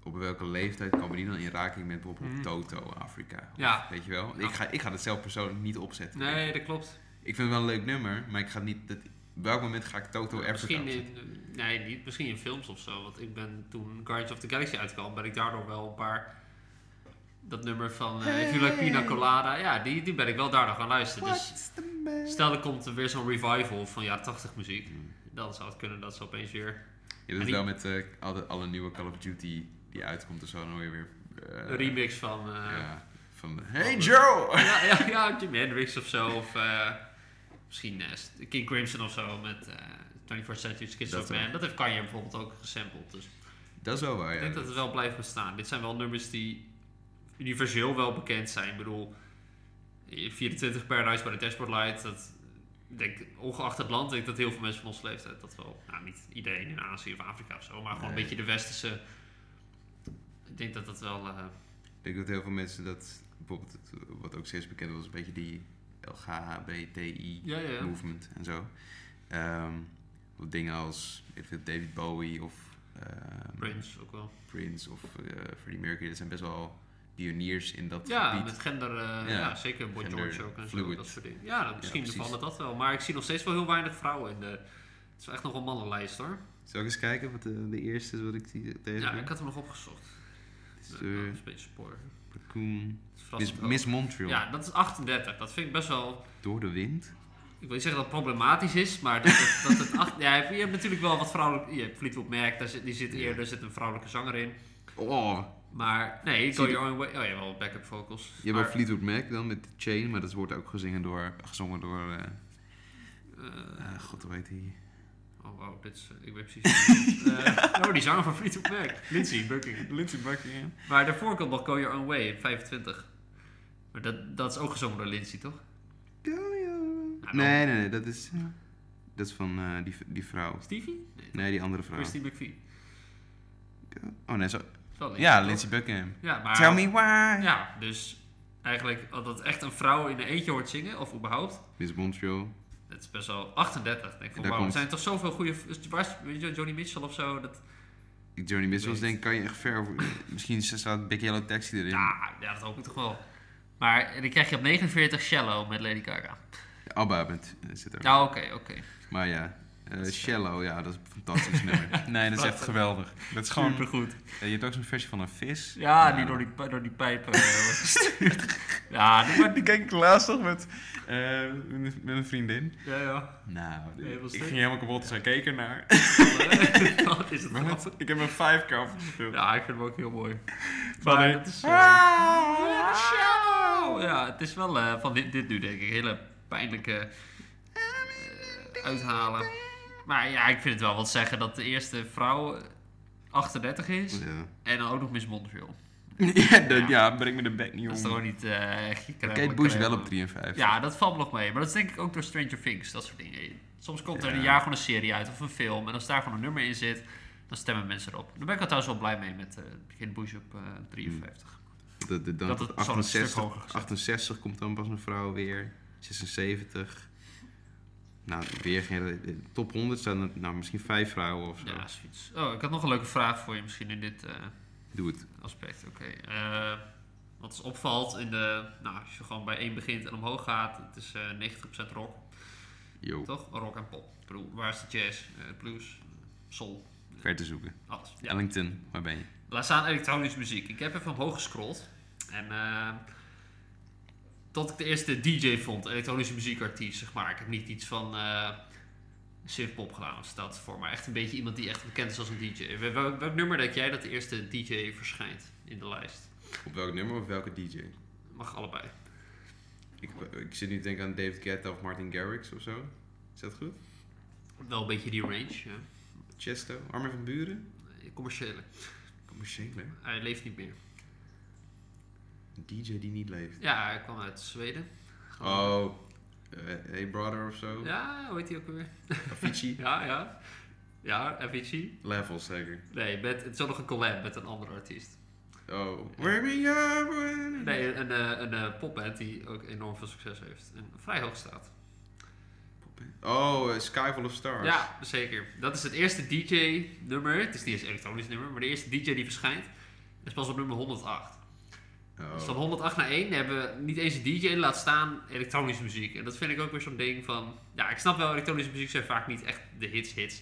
Speaker 1: Op welke leeftijd komen die dan in raking met bijvoorbeeld
Speaker 2: Mhm.
Speaker 1: Toto Afrika? Of,
Speaker 2: Ja.
Speaker 1: Weet je wel?
Speaker 2: Ja.
Speaker 1: Ik, ga, ik ga dat zelf persoonlijk niet opzetten.
Speaker 2: Nee, dat klopt.
Speaker 1: Ik vind het wel een leuk nummer, maar ik ga niet... Dat, op welk moment ga ik Toto Afrika
Speaker 2: Misschien
Speaker 1: opzetten?
Speaker 2: in, nee, niet, misschien in films of zo, want ik ben toen Guardians of the Galaxy uitkwam, ben ik daardoor wel een paar... Dat nummer van eh If You Like Pina Colada, ja, die, die ben ik wel daardoor gaan luisteren. Dus Stel er komt er weer zo'n revival van jaren 80 muziek.
Speaker 1: Hmm.
Speaker 2: Dan zou het kunnen dat ze opeens weer
Speaker 1: Je doet
Speaker 2: En
Speaker 1: het
Speaker 2: die-
Speaker 1: wel met eh, alle, alle nieuwe Call of Duty die uitkomt en zo, dan hoor je weer... eh,
Speaker 2: een remix van. eh,
Speaker 1: Ja, van... Hey
Speaker 2: van-
Speaker 1: Joe!
Speaker 2: ja, ja, ja, Jimi Hendrix of zo. Of eh, misschien eh, King Crimson of zo met eh 21st Century Kids
Speaker 1: Dat
Speaker 2: of
Speaker 1: wel.
Speaker 2: Man. Dat heeft Kanye bijvoorbeeld ook gesampled. Dus
Speaker 1: Dat is wel waar,
Speaker 2: ik
Speaker 1: ja.
Speaker 2: denk dat het wel blijft bestaan. Dit zijn wel nummers die universeel wel bekend zijn. Ik bedoel, 24 Paradise by the Dashboard Light. Dat, ik denk, ongeacht het land, denk ik dat heel veel mensen van onze leeftijd dat wel. Nou, niet iedereen in Azië of Afrika of zo, maar gewoon een
Speaker 1: Nee.
Speaker 2: beetje de westerse. Ik denk dat dat wel. eh,
Speaker 1: Ik denk dat heel veel mensen dat... Bijvoorbeeld, het, wat ook steeds bekend was, een beetje die LGBTI
Speaker 2: ja, ja.
Speaker 1: movement en zo. Ehm, wat dingen als ik vind David Bowie of ehm,
Speaker 2: Prince ook wel.
Speaker 1: Prince of eh, Freddie Mercury. Dat zijn best wel pioniers in dat
Speaker 2: Ja,
Speaker 1: gebied.
Speaker 2: met gender. eh,
Speaker 1: Ja.
Speaker 2: ja. zeker Boy
Speaker 1: Gender
Speaker 2: George ook en zo.
Speaker 1: fluid.
Speaker 2: Dat soort dingen. Ja, dan misschien
Speaker 1: precies.
Speaker 2: verandert dat wel. Maar ik zie nog steeds wel heel weinig vrouwen in de. Het is wel echt nog een mannenlijst hoor.
Speaker 1: Zal ik eens kijken wat de, de eerste is wat ik zie tegen
Speaker 2: Ja,
Speaker 1: ben?
Speaker 2: ik had hem nog opgezocht. Nou,
Speaker 1: Het is,
Speaker 2: Dat
Speaker 1: eh,
Speaker 2: is een beetje spoor.
Speaker 1: Koen.
Speaker 2: Het is
Speaker 1: Miss,
Speaker 2: verrassend
Speaker 1: Miss Montreal.
Speaker 2: hoog. Ja, dat is 38. Dat vind ik best wel.
Speaker 1: Door de wind.
Speaker 2: Ik wil niet zeggen dat het problematisch is, maar dat het, dat het acht, ja, je hebt- je hebt natuurlijk wel wat vrouwelijk. Je hebt Fleetwood Mac, daar zit, die zit eerder, daar zit een vrouwelijke zanger in.
Speaker 1: Oh,
Speaker 2: Maar nee, Go
Speaker 1: Zie je-
Speaker 2: Your Own Way. Oh ja, wel backup vocals.
Speaker 1: je hebt
Speaker 2: Maar,
Speaker 1: wel Fleetwood Mac dan met Chain, maar dat wordt ook gezongen door... Gezongen door eh,
Speaker 2: eh,
Speaker 1: eh, God, hoe heet die?
Speaker 2: oh wow, dit is, ik weet precies. Eh, oh, die zanger van Fleetwood Mac, Lindsey Buckingham.
Speaker 1: Lindsey Buckingham.
Speaker 2: Maar daarvoor komt nog Go Your Own Way, 25. Maar dat, dat is ook gezongen door Lindsey, toch?
Speaker 3: Nou.
Speaker 2: dan-
Speaker 1: Nee, nee, nee, dat is... eh, Dat is van eh, die, die vrouw.
Speaker 2: Stevie? Nee,
Speaker 1: Nee, die andere vrouw.
Speaker 2: Christy McVie.
Speaker 1: Oh nee, zo.
Speaker 2: Is wel Lindsey,
Speaker 1: Ja,
Speaker 2: toch?
Speaker 3: Ah.
Speaker 1: Lindsey Buckingham.
Speaker 2: Ja, maar.
Speaker 1: Tell me why.
Speaker 2: Ja, dus eigenlijk dat echt een vrouw in een eentje hoort zingen, of überhaupt.
Speaker 1: Miss Montreal.
Speaker 2: Dat is best wel 38. Ik Denk van,
Speaker 1: Daar
Speaker 2: wauw, er
Speaker 1: komt-
Speaker 2: zijn toch zoveel goede. Waar is weet je, Johnny Mitchell of zo? Dat,
Speaker 1: Johnny Mitchell's
Speaker 2: Weet.
Speaker 1: denk ik, kan je echt ver... over- Misschien staat Big Yellow Taxi erin.
Speaker 2: ja, ja, dat hoop ik toch wel. Maar en dan krijg je op 49 Shallow met Lady Gaga.
Speaker 1: Abba bent, eh, zit er.
Speaker 2: Ja, oké, oké.
Speaker 1: Maar ja, eh, Shallow, ja, dat is een fantastisch nummer. Eh,
Speaker 3: Nee, dat is echt geweldig. Dat is gewoon,
Speaker 2: goed.
Speaker 3: je hebt ook zo'n versie van een vis.
Speaker 2: Ja, die door die, pi- door die pijpen. eh, wordt gestuurd. ja, die wordt-
Speaker 3: Ik keek laatst nog met, eh, met een vriendin.
Speaker 2: ja, ja.
Speaker 3: Nou,
Speaker 2: Heel
Speaker 3: ik
Speaker 2: stuk.
Speaker 3: ging helemaal kapot. Zij keek ernaar.
Speaker 2: Wat is het
Speaker 3: Maar
Speaker 2: wel?
Speaker 3: het- ik heb hem vijf keer afgespeeld.
Speaker 2: Ja, ik vind hem ook heel mooi.
Speaker 3: Van
Speaker 2: Maar
Speaker 3: een-
Speaker 2: dat is, eh,
Speaker 3: Ah,
Speaker 2: Oh ja, het is wel eh, van dit, dit nu denk ik. Hele pijnlijke eh, uithalen. Maar ja, ik vind het wel wat zeggen dat de eerste vrouw eh, 38 is.
Speaker 1: ja.
Speaker 2: En dan ook nog Miss Montreal.
Speaker 3: Ja, dat- ja, breng me de bek niet
Speaker 2: Dat is
Speaker 3: om.
Speaker 2: toch ook niet eh, echt je
Speaker 1: Kate
Speaker 2: kruimel-
Speaker 1: Bush
Speaker 2: kruimel.
Speaker 1: wel op 3 en 5.
Speaker 2: Ja, dat valt me nog mee. Maar dat is denk ik ook door Stranger Things, dat soort dingen. Soms komt er
Speaker 1: Ja.
Speaker 2: een jaar gewoon een serie uit of een film. En als daar gewoon een nummer in zit, dan stemmen mensen erop. Daar ben ik al trouwens wel blij mee met eh Kate Bush op eh, 53.
Speaker 1: De, de, dan
Speaker 2: Dat
Speaker 1: tot
Speaker 2: het zo'n stuk
Speaker 1: 68,
Speaker 2: hoger gezet.
Speaker 1: 68 komt dan pas een vrouw weer. 76. Nou, weer geen... eh, Top 100 staan er nou, misschien vijf vrouwen of zo.
Speaker 2: Ja, zoiets. Oh, ik had nog een leuke vraag voor je misschien in dit... eh,
Speaker 1: Doe het.
Speaker 2: aspect, oké. Eh, wat is opvalt in de... Nou, als je gewoon bij één begint en omhoog gaat, het is eh 90% rock,
Speaker 1: Yo,
Speaker 2: toch? Rock en pop. Ik bedoel, waar is de jazz, eh, blues, soul,
Speaker 1: ver te zoeken.
Speaker 2: alles. Ja.
Speaker 1: Ellington, waar ben je?
Speaker 2: Laat staan elektronische muziek. Ik heb even omhoog gescrolld. En eh, tot ik de eerste DJ vond, elektronische muziekartiest, zeg maar. Ik heb niet iets van eh synthpop gedaan of dat voor. Maar echt een beetje iemand die echt bekend is als een DJ. Wel- wel- welk nummer denk jij dat de eerste DJ verschijnt in de lijst?
Speaker 1: Op welk nummer of welke DJ?
Speaker 2: Mag allebei.
Speaker 1: Ik, eh, ik zit nu te denken aan David Guetta of Martin Garrix of zo. Is dat goed?
Speaker 2: Wel een beetje die range. Ja. Eh,
Speaker 1: Chesto, Armin van Buren?
Speaker 2: Commerciële.
Speaker 1: Commerciële.
Speaker 2: Hij leeft niet meer.
Speaker 1: Een DJ die niet leeft.
Speaker 2: Ja, hij kwam uit Zweden.
Speaker 1: Oh, eh, Hey Brother of zo.
Speaker 2: Ja, hoe heet hij ook weer?
Speaker 1: Avicii.
Speaker 2: Ja, ja. Ja, Avicii.
Speaker 1: Levels zeker.
Speaker 2: Nee, met, het is ook nog een collab met een andere artiest.
Speaker 1: Oh. Where we are when-
Speaker 2: Nee, een, eh, een, eh, popband die ook enorm veel succes heeft. En vrij hoog staat.
Speaker 1: Oh, eh, Skyfall of Stars.
Speaker 2: Ja, zeker. Dat is het eerste DJ-nummer. Het is niet eens een elektronisch nummer, maar de eerste DJ die verschijnt. Dat is pas op nummer 108. Dus van
Speaker 1: Oh.
Speaker 2: 108 naar 1 hebben we niet eens een DJ in, laat staan elektronische muziek. En dat vind ik ook weer zo'n ding van... Ja, ik snap wel, elektronische muziek zijn vaak niet echt de hits hits.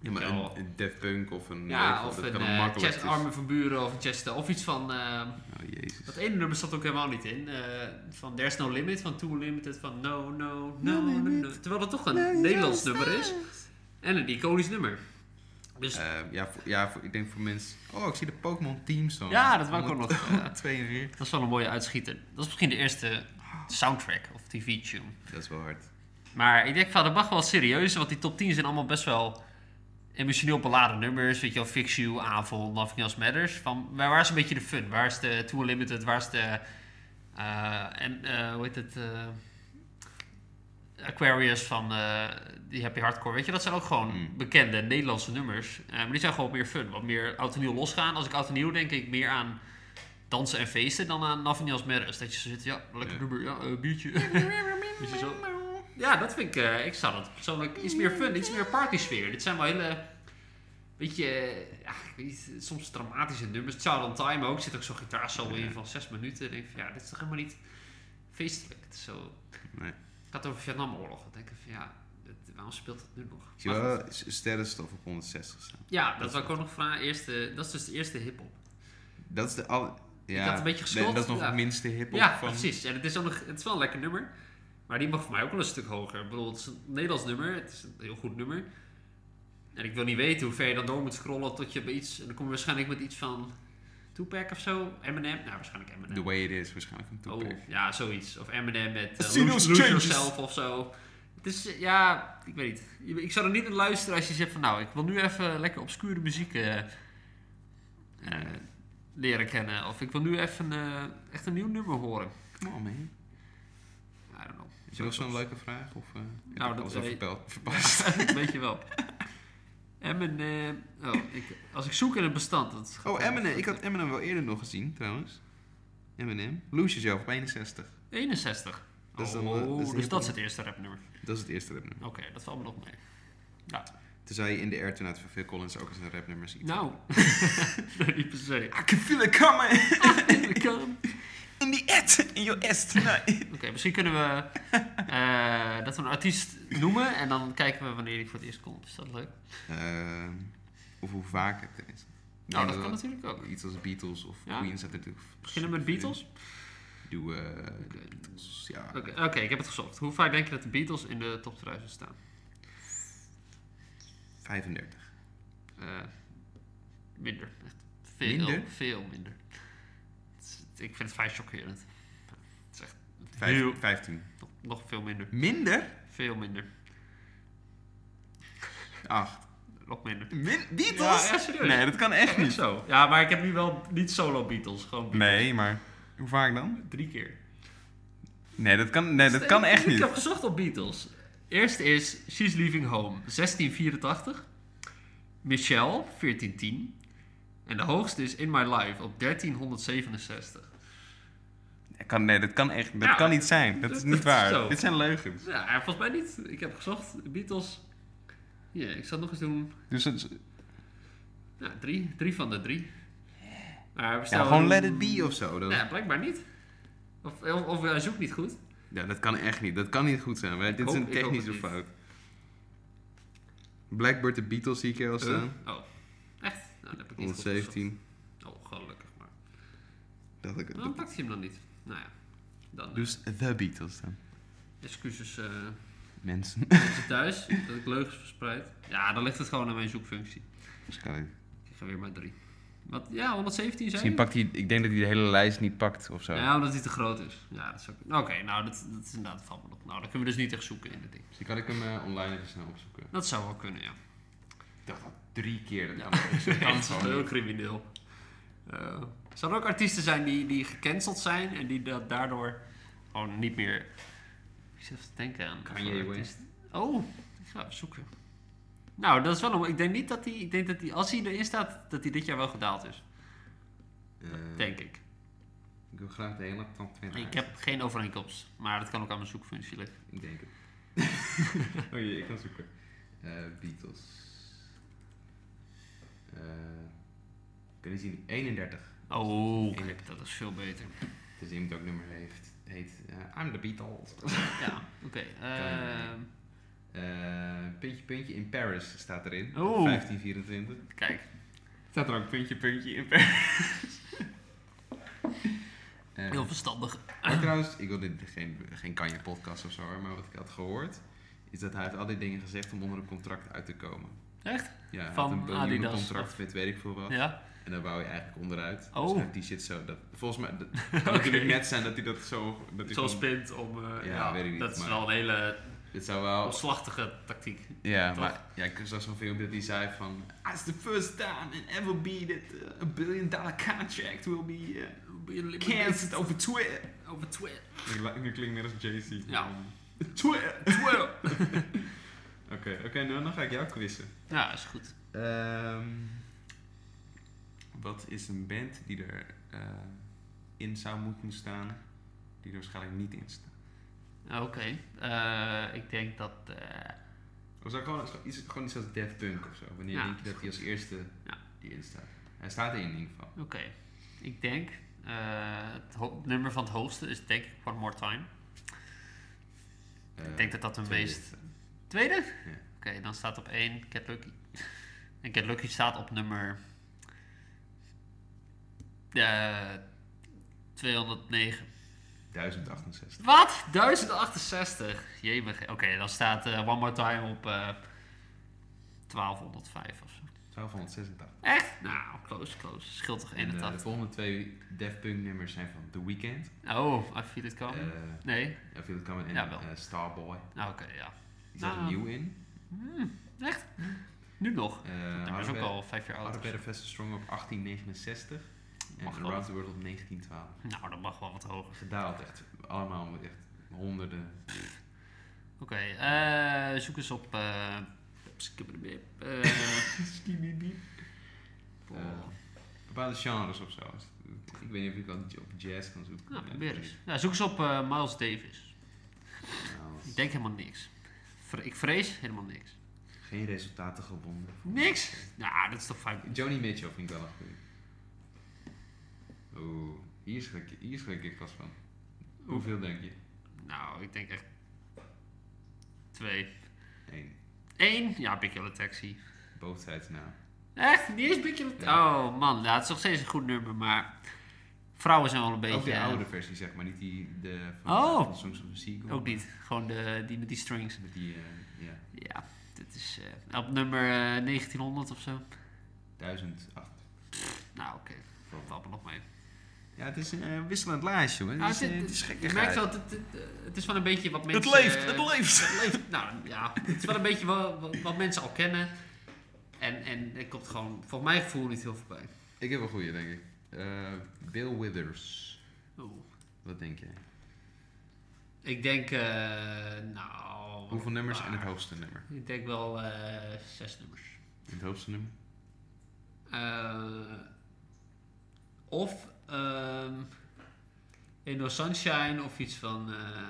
Speaker 1: Ja, maar een, een Daft Punk of een... weet
Speaker 2: Ja,
Speaker 1: je,
Speaker 2: of
Speaker 1: dat
Speaker 2: een
Speaker 1: kan ook
Speaker 2: eh
Speaker 1: makkelijk.
Speaker 2: Chest
Speaker 1: Het is-
Speaker 2: Armen van Buren of een Chester. Of iets van... eh,
Speaker 1: Oh, jezus.
Speaker 2: dat ene nummer zat ook helemaal niet in. eh, van There's No Limit, van Too Limited, van No, No, No, no, no. Terwijl dat toch een Nederlands nummer is. En een iconisch nummer. Dus
Speaker 1: Eh, ja, voor, ja voor, ik denk voor mensen... Oh, ik zie de Pokémon Team song.
Speaker 2: ja, dat wou ik ook nog... eh,
Speaker 1: 42.
Speaker 2: dat is wel een mooie uitschieter. Dat is misschien de eerste soundtrack of tv-tune.
Speaker 1: Dat is wel hard.
Speaker 2: Maar ik denk van, dat mag wel serieus, want die top 10 zijn allemaal best wel emotioneel beladen nummers. Weet je wel, Fix You, Avond, Nothing Else Matters. Van, waar, waar is een beetje de fun? Waar is de Too Limited? Waar is de... eh, en eh, hoe heet het? eh, Aquarius van eh, die Happy Hardcore. Weet je, dat zijn ook gewoon
Speaker 1: Mm.
Speaker 2: bekende Nederlandse nummers. Eh, maar die zijn gewoon meer fun, wat meer oud en nieuw losgaan. Als ik oud en nieuw denk ik meer aan dansen en feesten dan aan Nothing Else Matters. Dat je zo zit, ja, lekker
Speaker 1: Ja.
Speaker 2: nummer, ja, eh, biertje. Weet je zo? Ja, dat vind ik. eh, ik zou dat persoonlijk iets meer fun, iets meer partysfeer. Dit zijn wel hele. Weet je, eh, ja, ik weet niet, soms dramatische nummers. Child on Time ook. Zit ook zo'n gitaarsolo in van zes minuten. Ik denk van ja, dit is toch helemaal niet feestelijk. Het is zo.
Speaker 1: Nee.
Speaker 2: Het gaat over Vietnamoorlog. Dan denk ik van ja, dit- waarom speelt dat nu nog?
Speaker 1: Ik zie
Speaker 2: Maar goed.
Speaker 1: wel s- sterrenstof op 160 staan.
Speaker 2: Ja, dat zou ik ook nog vragen. Eerste, dat is dus de eerste hip-hop.
Speaker 1: Dat is de al. Ja,
Speaker 2: had een beetje geschuld,
Speaker 1: dat is nog
Speaker 2: ja.
Speaker 1: het minste hiphop
Speaker 2: Ja,
Speaker 1: van...
Speaker 2: precies. En het is, ook nog, het is wel een lekker nummer. Maar die mag voor mij ook wel een stuk hoger. Ik bedoel, het is een Nederlands nummer. Het is een heel goed nummer. En ik wil niet weten hoe ver je dan door moet scrollen tot je bij iets... En dan kom je waarschijnlijk met iets van Tupac of zo. Eminem. Nou, waarschijnlijk Eminem.
Speaker 1: The Way It Is, waarschijnlijk een Tupac.
Speaker 2: Oh, ja, zoiets. Of Eminem met eh,
Speaker 3: See
Speaker 2: Lose,
Speaker 3: those
Speaker 2: Lose
Speaker 3: changes.
Speaker 2: Yourself of zo. Het is, eh, ja, ik weet niet. Je- Ik zou er niet naar luisteren als je zegt van... Nou, ik wil nu even lekker obscure muziek eh, eh, leren kennen. Of ik wil nu even eh, echt een nieuw nummer horen.
Speaker 1: Come on, man.
Speaker 2: I don't know.
Speaker 1: Is er nog zo'n leuke vraag? Of eh heb
Speaker 2: Nou,
Speaker 1: ik
Speaker 2: dat
Speaker 1: alles al
Speaker 2: weet-
Speaker 1: verpeld- verpast?
Speaker 2: Ja, Weet je wel. eh, Eminem. Oh, ik, als ik zoek in het bestand. Dat
Speaker 1: Oh, Eminem. Ik had Eminem wel eerder nog gezien, trouwens. Eminem. Lose Yourself op 61.
Speaker 2: 61.
Speaker 1: Dat is dan,
Speaker 2: oh,
Speaker 1: eh, dat is
Speaker 2: dus
Speaker 1: niet
Speaker 2: dat
Speaker 1: op-
Speaker 2: is het eerste rapnummer.
Speaker 1: Dat is het eerste rapnummer.
Speaker 2: Oké, dat valt me nog mee. Ja.
Speaker 1: Tenzij je in de air tonight van Phil Collins ook eens een rapnummer ziet.
Speaker 2: Nou, nee, niet per se.
Speaker 1: I can feel it coming
Speaker 2: Dat kan.
Speaker 1: in the air, in your ass tonight.
Speaker 2: Oké, misschien kunnen we eh, dat we een artiest noemen en dan kijken we wanneer die voor het eerst komt. Is dat leuk?
Speaker 1: Ehm, of hoe vaak het is.
Speaker 2: Nou, dat
Speaker 1: Eh,
Speaker 2: kan natuurlijk ook.
Speaker 1: Iets als Beatles of
Speaker 2: Ja.
Speaker 1: Queen zet er natuurlijk.
Speaker 2: Beginnen met Beatles?
Speaker 1: Doe eh, de Beatles, ja.
Speaker 2: Oké, oké, ik heb het gezocht. Hoe vaak denk je dat de Beatles in de top 1000 staan?
Speaker 1: 35.
Speaker 2: Eh, minder. Echt veel,
Speaker 1: Minder?
Speaker 2: veel minder. Het is- Ik vind het vrij chockerend. Het is echt
Speaker 1: Vijf-
Speaker 2: heel,
Speaker 1: 15.
Speaker 2: nog, nog veel minder.
Speaker 1: Minder?
Speaker 2: Veel minder.
Speaker 1: 8.
Speaker 2: Nog minder.
Speaker 1: Min
Speaker 2: Ja,
Speaker 1: Beatles?
Speaker 2: ja, serieus.
Speaker 3: Nee, dat kan echt niet.
Speaker 2: zo. Ja, maar ik heb nu wel niet solo Beatles. Gewoon Beatles.
Speaker 3: Nee, maar hoe vaak dan?
Speaker 2: Drie keer.
Speaker 3: Nee, dat kan, nee, dat kan
Speaker 2: Ik-
Speaker 3: echt
Speaker 2: Ik
Speaker 3: niet.
Speaker 2: heb gezocht op Beatles. Eerst is She's Leaving Home, 1684. Michelle, 1410. En de hoogste is In My Life op 1367.
Speaker 3: Dat kan, nee, dat kan echt dat
Speaker 2: Ja.
Speaker 3: kan niet zijn. Dat is
Speaker 2: Nou, Dat-
Speaker 3: niet
Speaker 2: dat is
Speaker 3: waar.
Speaker 2: zo.
Speaker 3: Dit zijn leugens.
Speaker 2: Ja, eh, volgens mij niet. Ik heb gezocht. Beatles. Ja, ik zal het nog eens doen.
Speaker 3: Dus het,
Speaker 2: Ja, drie. Drie van de drie. Maar we
Speaker 1: Ja,
Speaker 2: staan-
Speaker 1: gewoon Let It Be of zo. Dan.
Speaker 2: Ja, blijkbaar niet. Of, of, of hij zoekt niet goed.
Speaker 1: Ja, dat kan echt niet. Dat kan niet goed zijn. Wij, dit
Speaker 2: hoop-
Speaker 1: is een
Speaker 2: ik hoop
Speaker 1: technische
Speaker 2: het niet.
Speaker 1: fout. Blackbird de Beatles zie ik hier al staan.
Speaker 2: Oh, echt? Nou, dat heb ik niet goed gezocht.
Speaker 1: 117.
Speaker 2: Oh, gelukkig maar.
Speaker 1: Dacht ik.
Speaker 2: Waarom pakt hij hem dan niet? Nou ja, dan eh,
Speaker 1: Dus The Beatles dan.
Speaker 2: excuses eh,
Speaker 1: Mensen.
Speaker 2: mensen thuis dat ik leugens verspreid. Ja, dan ligt het gewoon aan mijn zoekfunctie.
Speaker 1: Waarschijnlijk.
Speaker 2: Ik ga weer maar drie. Wat? Ja, 117 zijn.
Speaker 3: misschien pakt hij, ik denk dat hij de hele lijst niet pakt of zo.
Speaker 2: Ja, omdat hij te groot is. Ja, dat is ook... Oké, nou, dat, dat is inderdaad van me op. Nou, dan kunnen we dus niet echt zoeken in dit ding.
Speaker 1: Misschien kan ik hem eh, online even snel opzoeken.
Speaker 2: Dat zou wel kunnen, ja.
Speaker 1: Ik dacht al drie keer. Dat
Speaker 2: Ja.
Speaker 1: kan niet. Dat
Speaker 2: Dat
Speaker 1: kan
Speaker 2: is wel
Speaker 1: gewoon
Speaker 2: heel
Speaker 1: niet.
Speaker 2: crimineel. Eh zou er ook artiesten zijn die, die gecanceld zijn en die dat daardoor gewoon niet meer... Ik zit even te denken aan...
Speaker 1: Kanye
Speaker 2: voor
Speaker 1: West.
Speaker 2: artiesten. Oh, ik ga even zoeken. Nou, dat is wel een... Ik denk niet dat hij... Ik denk dat hij, als hij erin staat, dat hij dit jaar wel gedaald is.
Speaker 1: Eh,
Speaker 2: Denk ik.
Speaker 1: Ik wil graag de hele top 20.
Speaker 2: Ik heb geen overeenkomst, maar dat kan ook aan mijn zoekfunctie liggen.
Speaker 1: Ik denk het. oh jee, ik kan zoeken. Eh, Beatles. Eh, kun je zien? 31.
Speaker 2: Oh, kijk, dat is veel beter.
Speaker 1: Dus iemand ook nummer heeft. Heet eh, I'm the Beatles.
Speaker 2: Ja, oké. ehm,
Speaker 1: Eh, puntje, puntje in Paris staat erin. op
Speaker 2: Oeh.
Speaker 1: 1524.
Speaker 2: kijk.
Speaker 3: Staat er ook puntje, puntje in per.
Speaker 1: Eh,
Speaker 2: Heel verstandig.
Speaker 1: maar trouwens, ik wil dit geen, geen Kanye podcast of zo, hoor, maar wat ik had gehoord, is dat hij heeft al die dingen gezegd om onder een contract uit te komen.
Speaker 2: Echt?
Speaker 1: Ja, hij
Speaker 2: Van
Speaker 1: had een miljoenen
Speaker 2: Adidas,
Speaker 1: contract met weet ik veel wat.
Speaker 2: Ja.
Speaker 1: En daar wou je eigenlijk onderuit.
Speaker 2: Oh.
Speaker 1: Dus hij heeft die shit zo. Dat, volgens mij. Dat, het kan natuurlijk net zijn dat hij dat zo. Dat hij
Speaker 2: Zo'n
Speaker 1: gewoon-
Speaker 2: spint om... eh,
Speaker 1: Ja, weet ik niet,
Speaker 2: dat is
Speaker 1: maar- Oh.
Speaker 2: wel een hele
Speaker 1: het zou wel.
Speaker 2: opslachtige tactiek.
Speaker 1: Ja,
Speaker 2: Toch?
Speaker 1: maar ja, ik zag zo'n filmpje dat hij zei van... "Ah, It's the first time in ever be that uh, a billion dollar contract will be uh, cancelled over Twitter.
Speaker 2: Over Twitter.
Speaker 3: Nu klinkt net als JC.
Speaker 2: Ja.
Speaker 1: Twitter.
Speaker 2: Twitter.
Speaker 1: Oké, oké, nou dan ga ik jou quizzen.
Speaker 2: Ja, is goed.
Speaker 1: Ehm, wat is een band die er eh, in zou moeten staan, die er waarschijnlijk niet in staat?
Speaker 2: Oké. Eh, ik denk dat... eh,
Speaker 1: Of zou ik gewoon, is het gewoon iets als Daft Punk of zo? Wanneer
Speaker 2: Ja,
Speaker 1: denk je
Speaker 2: is
Speaker 1: dat hij als eerste
Speaker 2: Ja.
Speaker 1: die in staat? Hij staat er in ieder geval.
Speaker 2: Oké. Ik denk... eh, het ho- nummer van het hoogste is denk ik One More Time.
Speaker 1: Eh,
Speaker 2: ik denk dat dat de
Speaker 1: tweede.
Speaker 2: meest... Tweede?
Speaker 1: Ja.
Speaker 2: Oké, dan staat op één Get Lucky. En Get Lucky staat op nummer... eh 209.
Speaker 1: 1068.
Speaker 2: Wat? 1068. Jemig. Oké, dan staat eh, One More Time op eh 1205 of zo.
Speaker 1: 1286.
Speaker 2: Echt? Nou, close, close. Scheelt toch
Speaker 1: En eh, de
Speaker 2: 81?
Speaker 1: volgende twee Daft Punk nummers zijn van The Weeknd.
Speaker 2: oh, I feel it coming.
Speaker 1: eh
Speaker 2: nee?
Speaker 1: I Feel It Coming en
Speaker 2: Ja, wel.
Speaker 1: eh, Starboy.
Speaker 2: Nou, oké, ja.
Speaker 1: Die staat er
Speaker 2: Nou.
Speaker 1: nieuw in.
Speaker 2: Echt? Nu nog?
Speaker 1: Eh
Speaker 2: dat is ook
Speaker 1: Harder
Speaker 2: al vijf jaar oud. Oh, of zo.
Speaker 1: Better Faster Stronger op 1869. En
Speaker 2: Mag wel.
Speaker 1: Around the World op 1912.
Speaker 2: Nou, dat mag wel wat hoger.
Speaker 1: Gedaald echt. Allemaal echt honderden.
Speaker 2: Oké, eh, zoek eens op... eh skibberdebeep. Eh,
Speaker 1: Skibidi.
Speaker 2: oh,
Speaker 1: bepaalde genres of zo. Ik weet niet of ik dan op jazz kan zoeken.
Speaker 2: Nou, probeer eens. Nou, zoek eens op eh, Miles Davis.
Speaker 1: Nou,
Speaker 2: Ik denk helemaal niks. Vre- ik vrees helemaal niks.
Speaker 1: geen resultaten gebonden.
Speaker 2: Niks? Nou, dat is toch fijn.
Speaker 1: Johnny Mitchell vind ik wel een goeie. Oeh, hier schrik, ik- hier schrik ik pas van. Hoeveel denk je?
Speaker 2: Nou, ik denk echt... Twee.
Speaker 1: Eén.
Speaker 2: Eén? Ja, Big Yellow Taxi.
Speaker 1: Boogtijdsnaam.
Speaker 2: Echt? Niet eens Big Yellow Taxi? Oh man, ja, het is nog steeds een goed nummer, maar... Vrouwen zijn wel een beetje...
Speaker 1: Ook de
Speaker 2: eh,
Speaker 1: oude versie, zeg maar. Niet die de, van, eh,
Speaker 2: Oh.
Speaker 1: van Songs of the Seagull.
Speaker 2: Ook niet. Gewoon de, die met die strings.
Speaker 1: Met die, eh, ja,
Speaker 2: Ja, dit is eh, op nummer eh, 1900 of zo.
Speaker 1: 1008.
Speaker 2: Nou, oké. Dat valt me nog mee.
Speaker 1: Ja, het is een eh, wisselend lijstje, hoor.
Speaker 2: Ah,
Speaker 1: het, is,
Speaker 2: dit-
Speaker 1: eh, het is gek.
Speaker 2: Je merkt wel, dat het, het, het is wel een beetje wat mensen... eh,
Speaker 1: leeft!
Speaker 2: het leeft. Nou ja, het is wel een beetje wat, wat, wat mensen al kennen. En, en er komt gewoon, volgens mijn gevoel, niet heel veel bij.
Speaker 1: Ik heb een goeie, denk ik. Eh, Bill Withers.
Speaker 2: Oeh.
Speaker 1: Wat denk jij?
Speaker 2: Ik denk, eh nou...
Speaker 1: Hoeveel nummers en het
Speaker 2: maar-
Speaker 1: hoogste nummer?
Speaker 2: Ik denk wel eh, zes nummers.
Speaker 1: Het hoogste nummer?
Speaker 2: Eh, of ehm Indoor Sunshine of iets van eh,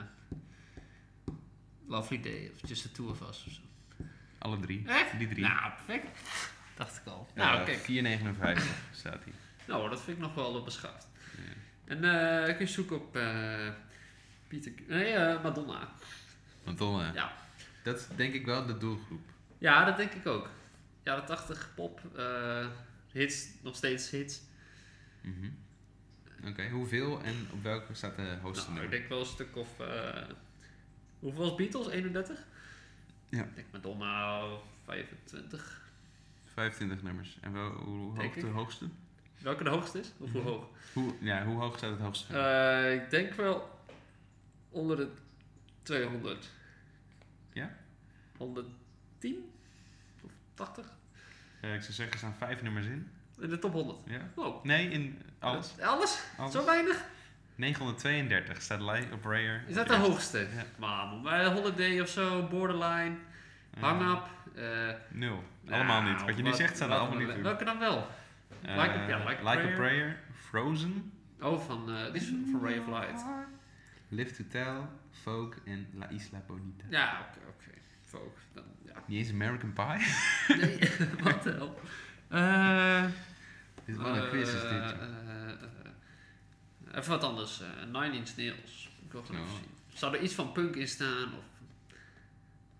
Speaker 2: Lovely Day of Just the Two of Us of zo.
Speaker 1: Alle drie.
Speaker 2: Echt?
Speaker 1: Die drie.
Speaker 2: Nou, perfect. Dacht ik al.
Speaker 1: Ja,
Speaker 2: nou, kijk.
Speaker 1: 4,59 staat hij.
Speaker 2: Nou, dat vind ik nog wel beschaafd. En eh, kun je zoeken op eh Pieter... Nee, eh, Madonna.
Speaker 1: Want dan, eh,
Speaker 2: Ja.
Speaker 1: dat is denk ik wel de doelgroep.
Speaker 2: ja, dat denk ik ook. Jaren 80 pop, eh, hits, nog steeds hits.
Speaker 1: Mhm. Oké, hoeveel en op welke staat de hoogste
Speaker 2: Nou, ik
Speaker 1: nummer?
Speaker 2: denk wel een stuk of. eh, hoeveel was Beatles? 31?
Speaker 1: Ja.
Speaker 2: Ik denk Madonna eh, 25.
Speaker 1: 25 nummers. En wel, hoe, hoe
Speaker 2: Denk
Speaker 1: hoog de
Speaker 2: ik.
Speaker 1: hoogste?
Speaker 2: Welke de hoogste is? Of hoe
Speaker 1: Mhm.
Speaker 2: hoog?
Speaker 1: Hoe, ja, hoe hoog staat het hoogste? nummer?
Speaker 2: Eh, ik denk wel onder de 200.
Speaker 1: Ja?
Speaker 2: 110? Of 80?
Speaker 1: Eh, ik zou zeggen, er staan vijf nummers in.
Speaker 2: In de top 100.
Speaker 1: Ja?
Speaker 2: Wow.
Speaker 1: Nee, in alles.
Speaker 2: Eh, Alles?
Speaker 1: alles.
Speaker 2: Zo weinig?
Speaker 1: 932 staat Light op Prayer.
Speaker 2: Is dat de hoogste?
Speaker 1: Ja.
Speaker 2: Maar bij Holiday of zo, Borderline,
Speaker 1: Eh,
Speaker 2: Hang Up. eh,
Speaker 1: Nul. Allemaal
Speaker 2: nou,
Speaker 1: niet. Wat je nu
Speaker 2: wat-
Speaker 1: zegt, staat
Speaker 2: wat-
Speaker 1: allemaal niet. in.
Speaker 2: Welke dan wel?
Speaker 1: Eh,
Speaker 2: Like a- ja, Like a Prayer.
Speaker 1: Frozen.
Speaker 2: Oh, van, eh, dit is van Ray of Light.
Speaker 1: Live to Tell, Folk en La Isla Bonita.
Speaker 2: Ja, oké, oké. Folk, dan, ja.
Speaker 1: Niet eens American Pie.
Speaker 2: Nee, wat de hel. Eh,
Speaker 1: dit is wel een quiz, is dit.
Speaker 2: eh,
Speaker 1: joh.
Speaker 2: eh, eh, even wat anders. eh, Nine Inch Nails. Ik wil gewoon
Speaker 1: Nou.
Speaker 2: even zien. Zou er iets van punk in staan? Of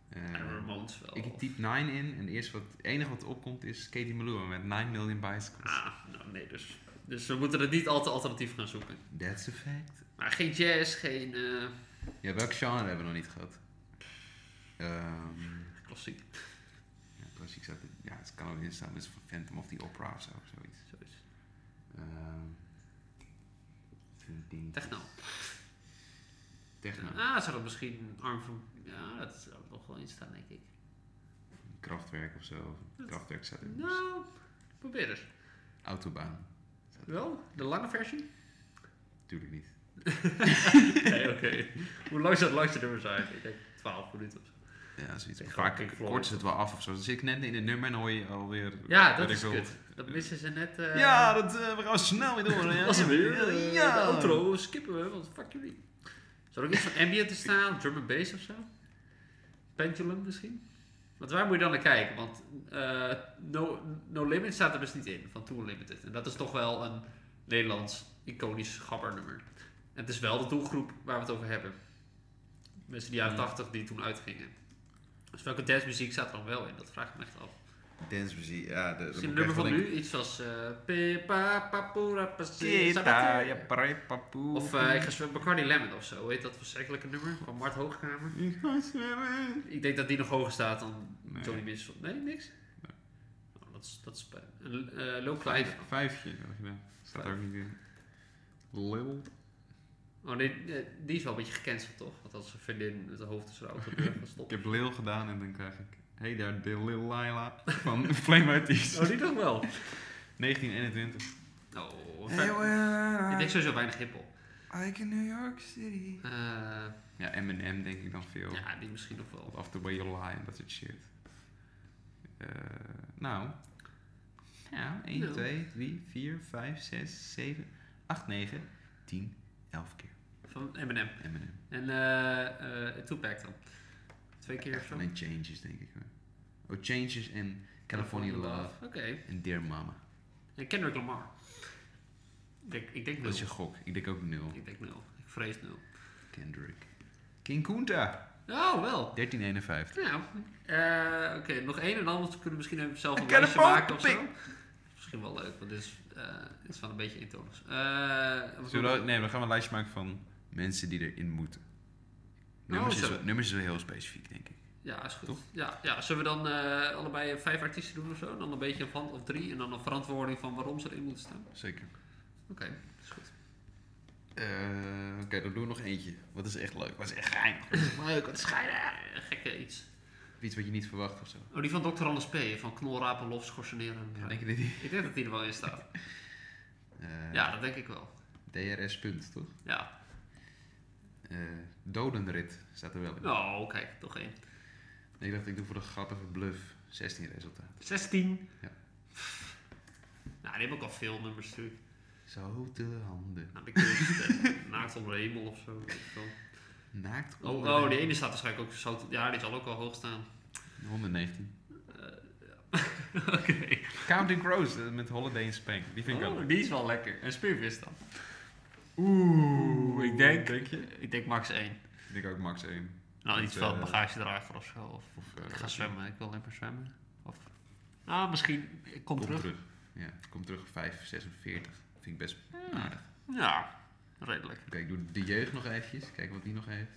Speaker 1: Eh,
Speaker 2: uh, Ramones wel?
Speaker 1: ik
Speaker 2: of-
Speaker 1: typ 9 in en eerst wat, het enige wat opkomt is Katie Melua met 9 Million Bicycles.
Speaker 2: Ah, nou nee dus. Dus we moeten het niet al te alternatief gaan zoeken.
Speaker 1: That's a fact.
Speaker 2: Maar geen jazz, geen eh,
Speaker 1: Ja, welk genre hebben we nog niet gehad? Ehm,
Speaker 2: klassiek.
Speaker 1: ja, klassiek staat er- Ja, het kan ook in staan. Het is van Phantom of the Opera of zo, zoiets.
Speaker 2: Zoiets.
Speaker 1: Ehm, ding, ding.
Speaker 2: Techno.
Speaker 1: Techno.
Speaker 2: Ah, zou dat misschien arm van... Ja, dat zou er nog wel in staan, denk ik.
Speaker 1: Krachtwerk of zo. Krachtwerk staat er. dus.
Speaker 2: Nou, probeer eens.
Speaker 1: Autobaan.
Speaker 2: Wel, de lange versie?
Speaker 1: Natuurlijk niet.
Speaker 2: Nee, oké. Hoe lang zou het langste nummer zijn? Ik denk 12 minuten of zo.
Speaker 1: Ja, zoiets.
Speaker 2: Tegen Pink
Speaker 1: Vaak
Speaker 2: Floyd.
Speaker 1: kort is het wel af of zo. Dan zit ik net in het nummer en dan hoor je alweer...
Speaker 2: Ja,
Speaker 1: weet
Speaker 2: dat is
Speaker 1: ik veel.
Speaker 2: kut. Dat missen ze net. eh,
Speaker 1: ja, dat, eh, we gaan snel weer door. hè.
Speaker 2: was hem weer.
Speaker 1: Ja,
Speaker 2: eh,
Speaker 1: ja.
Speaker 2: De outro skippen we, want fuck jullie. Zou er ook iets van ambient in staan? Drum and bass of zo? Pendulum misschien? Want waar moet je dan naar kijken? Want eh, no, no Limit staat er dus niet in, van Too Limited. En dat is toch wel een Nederlands iconisch gabbernummer. En het is wel de doelgroep waar we het over hebben. Mensen die jaren
Speaker 1: Ja.
Speaker 2: 80 die toen uitgingen. Dus welke dancemuziek staat er dan wel in? Dat vraag ik me echt af.
Speaker 1: Eh, Dance muziek. Ja, de,
Speaker 2: Misschien een nummer van nu, iets als eh, Pepa Papura Passi,
Speaker 1: ja,
Speaker 2: Sabaté.
Speaker 1: prepapoe.
Speaker 2: Of eh, ik ga zwemmen, Bacardi Lemon of zo. Hoe heet dat verschrikkelijke nummer? Van Mart Hoogkamer.
Speaker 1: Ik ga zwemmen.
Speaker 2: Ik denk dat die nog hoger staat dan
Speaker 1: Nee.
Speaker 2: Johnny Mitchell. Nee, niks? Oh, dat is, dat is bij- een eh, Lil Kleine.
Speaker 1: Vijfje. had je daar. Staat er ook niet in. Lil.
Speaker 2: Oh nee, eh, die is wel een beetje gecanceld toch? Want als een vriendin met de hoofd tussen de auto en de deur gaat
Speaker 1: Ik
Speaker 2: stoppen.
Speaker 1: heb Lil gedaan en dan krijg ik... Hey daar, de Lil Laila van Flame Out East.
Speaker 2: Oh, die nog wel?
Speaker 1: 1921.
Speaker 2: Oh, ver- ik denk sowieso weinig hippel.
Speaker 1: Like in New York City.
Speaker 2: Eh
Speaker 1: Ja, Eminem denk ik dan veel.
Speaker 2: ja, die misschien nog wel.
Speaker 1: Of Off the Way You Lie en dat soort shit. Eh, nou. Ja, 1, 2, 3, 4, 5, 6, 7, 8, 9, 10, 11 keer.
Speaker 2: Van Eminem.
Speaker 1: Eminem.
Speaker 2: En eh eh Tupac dan. Twee keer of
Speaker 1: Echt
Speaker 2: zo.
Speaker 1: alleen Changes, denk ik. hoor. Oh, Changes en California Love
Speaker 2: Oké.
Speaker 1: en Dear Mama.
Speaker 2: En Kendrick Lamar. Ik denk, ik denk nul.
Speaker 1: Dat is je gok. Ik denk ook nul.
Speaker 2: Ik denk nul. Ik vrees nul.
Speaker 1: Kendrick. King Kunta.
Speaker 2: Oh, wel.
Speaker 1: 1351.
Speaker 2: Nou, eh, oké, nog één en anders kunnen we misschien even zelf een
Speaker 1: Ik ken
Speaker 2: lijstje
Speaker 1: hem ook,
Speaker 2: maken of zo.
Speaker 1: pik.
Speaker 2: Misschien wel leuk, want dit is, eh, dit is wel een beetje intonisch. Eh, wat
Speaker 3: Zullen we
Speaker 2: doen
Speaker 3: dat- nee, dan gaan we een lijstje maken van...
Speaker 1: Mensen die erin moeten. Nummers, is,
Speaker 2: zo.
Speaker 1: wel- nummers is wel heel specifiek, denk ik.
Speaker 2: we? Ja, is goed.
Speaker 1: Toch?
Speaker 2: Ja, ja, zullen we dan eh, allebei vijf artiesten doen of zo? Dan een beetje van of drie en dan een verantwoording van waarom ze erin moeten staan.
Speaker 1: Zeker.
Speaker 2: Oké, is goed.
Speaker 1: Eh, Oké, dan doen we nog eentje. Wat is echt leuk? Wat is echt geheim? Wat is leuk? Wat is geheim?
Speaker 2: Eh, gekke iets.
Speaker 1: Iets wat je niet verwacht of zo.
Speaker 2: Oh, die van Dr. Anders P. Van knolrapen, lof, schorseneren.
Speaker 1: Ja, denk je dat die...
Speaker 2: Ik denk dat die er wel in staat.
Speaker 1: Eh,
Speaker 2: Ja, dat denk ik wel.
Speaker 1: DRS punt, toch?
Speaker 2: Ja.
Speaker 1: Eh, dodenrit staat er wel in.
Speaker 2: Oh, oké, toch één.
Speaker 1: Ik dacht, ik doe voor de grap even bluff. 16 resultaat.
Speaker 2: 16.
Speaker 1: Ja.
Speaker 2: Nou, die hebben ook al veel nummers natuurlijk.
Speaker 1: Zoute handen.
Speaker 2: Nou, de kunst, eh, Naakt onder de hemel of zo. weet ik wel.
Speaker 1: Naakt.
Speaker 2: Oh,
Speaker 1: onder-
Speaker 2: oh, die ene staat waarschijnlijk ook zo. te- Ja, die zal ook al hoog staan.
Speaker 1: 119.
Speaker 2: Eh, Oké.
Speaker 3: Counting Crows eh, met Holiday in Spain. Die vind ik wel
Speaker 2: Oh,
Speaker 3: leuk.
Speaker 2: die is wel lekker. En Spearvis dan?
Speaker 3: Oeh,
Speaker 2: ik denk-
Speaker 3: Denk je?
Speaker 2: Ik denk max 1.
Speaker 3: Ik denk ook max 1.
Speaker 2: Nou,
Speaker 3: Niet,
Speaker 2: iets van
Speaker 3: eh,
Speaker 2: bagagedrager of zo. Of
Speaker 3: Of, eh,
Speaker 2: ik ga zwemmen. Ik wil alleen maar zwemmen. Of... Nou, misschien. Ik kom,
Speaker 1: Kom terug.
Speaker 2: terug.
Speaker 1: Ja, kom terug. 5, 46. Vind ik best
Speaker 2: Hmm.
Speaker 1: aardig.
Speaker 2: Ja, redelijk.
Speaker 1: Oké, ik doe de jeugd nog eventjes. Kijken wat die nog heeft.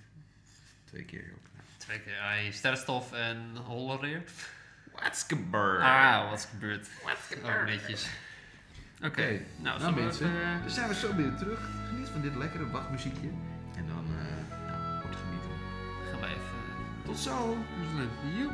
Speaker 1: Twee keer ook.
Speaker 2: Twee keer ja, sterrenstof en hollereer.
Speaker 1: What's gebeurd?
Speaker 2: Ah, wat is gebeurd?
Speaker 1: What's
Speaker 2: Ook netjes. Oké,
Speaker 1: Oké,
Speaker 2: nou,
Speaker 1: nou,
Speaker 2: zullen we
Speaker 1: mensen.
Speaker 2: even- eh,
Speaker 1: Dan zijn we zo weer terug. Geniet van dit lekkere wachtmuziekje. En dan eh nou, wordt genieten.
Speaker 2: gaan wij even...
Speaker 1: Tot zo.
Speaker 2: Joep.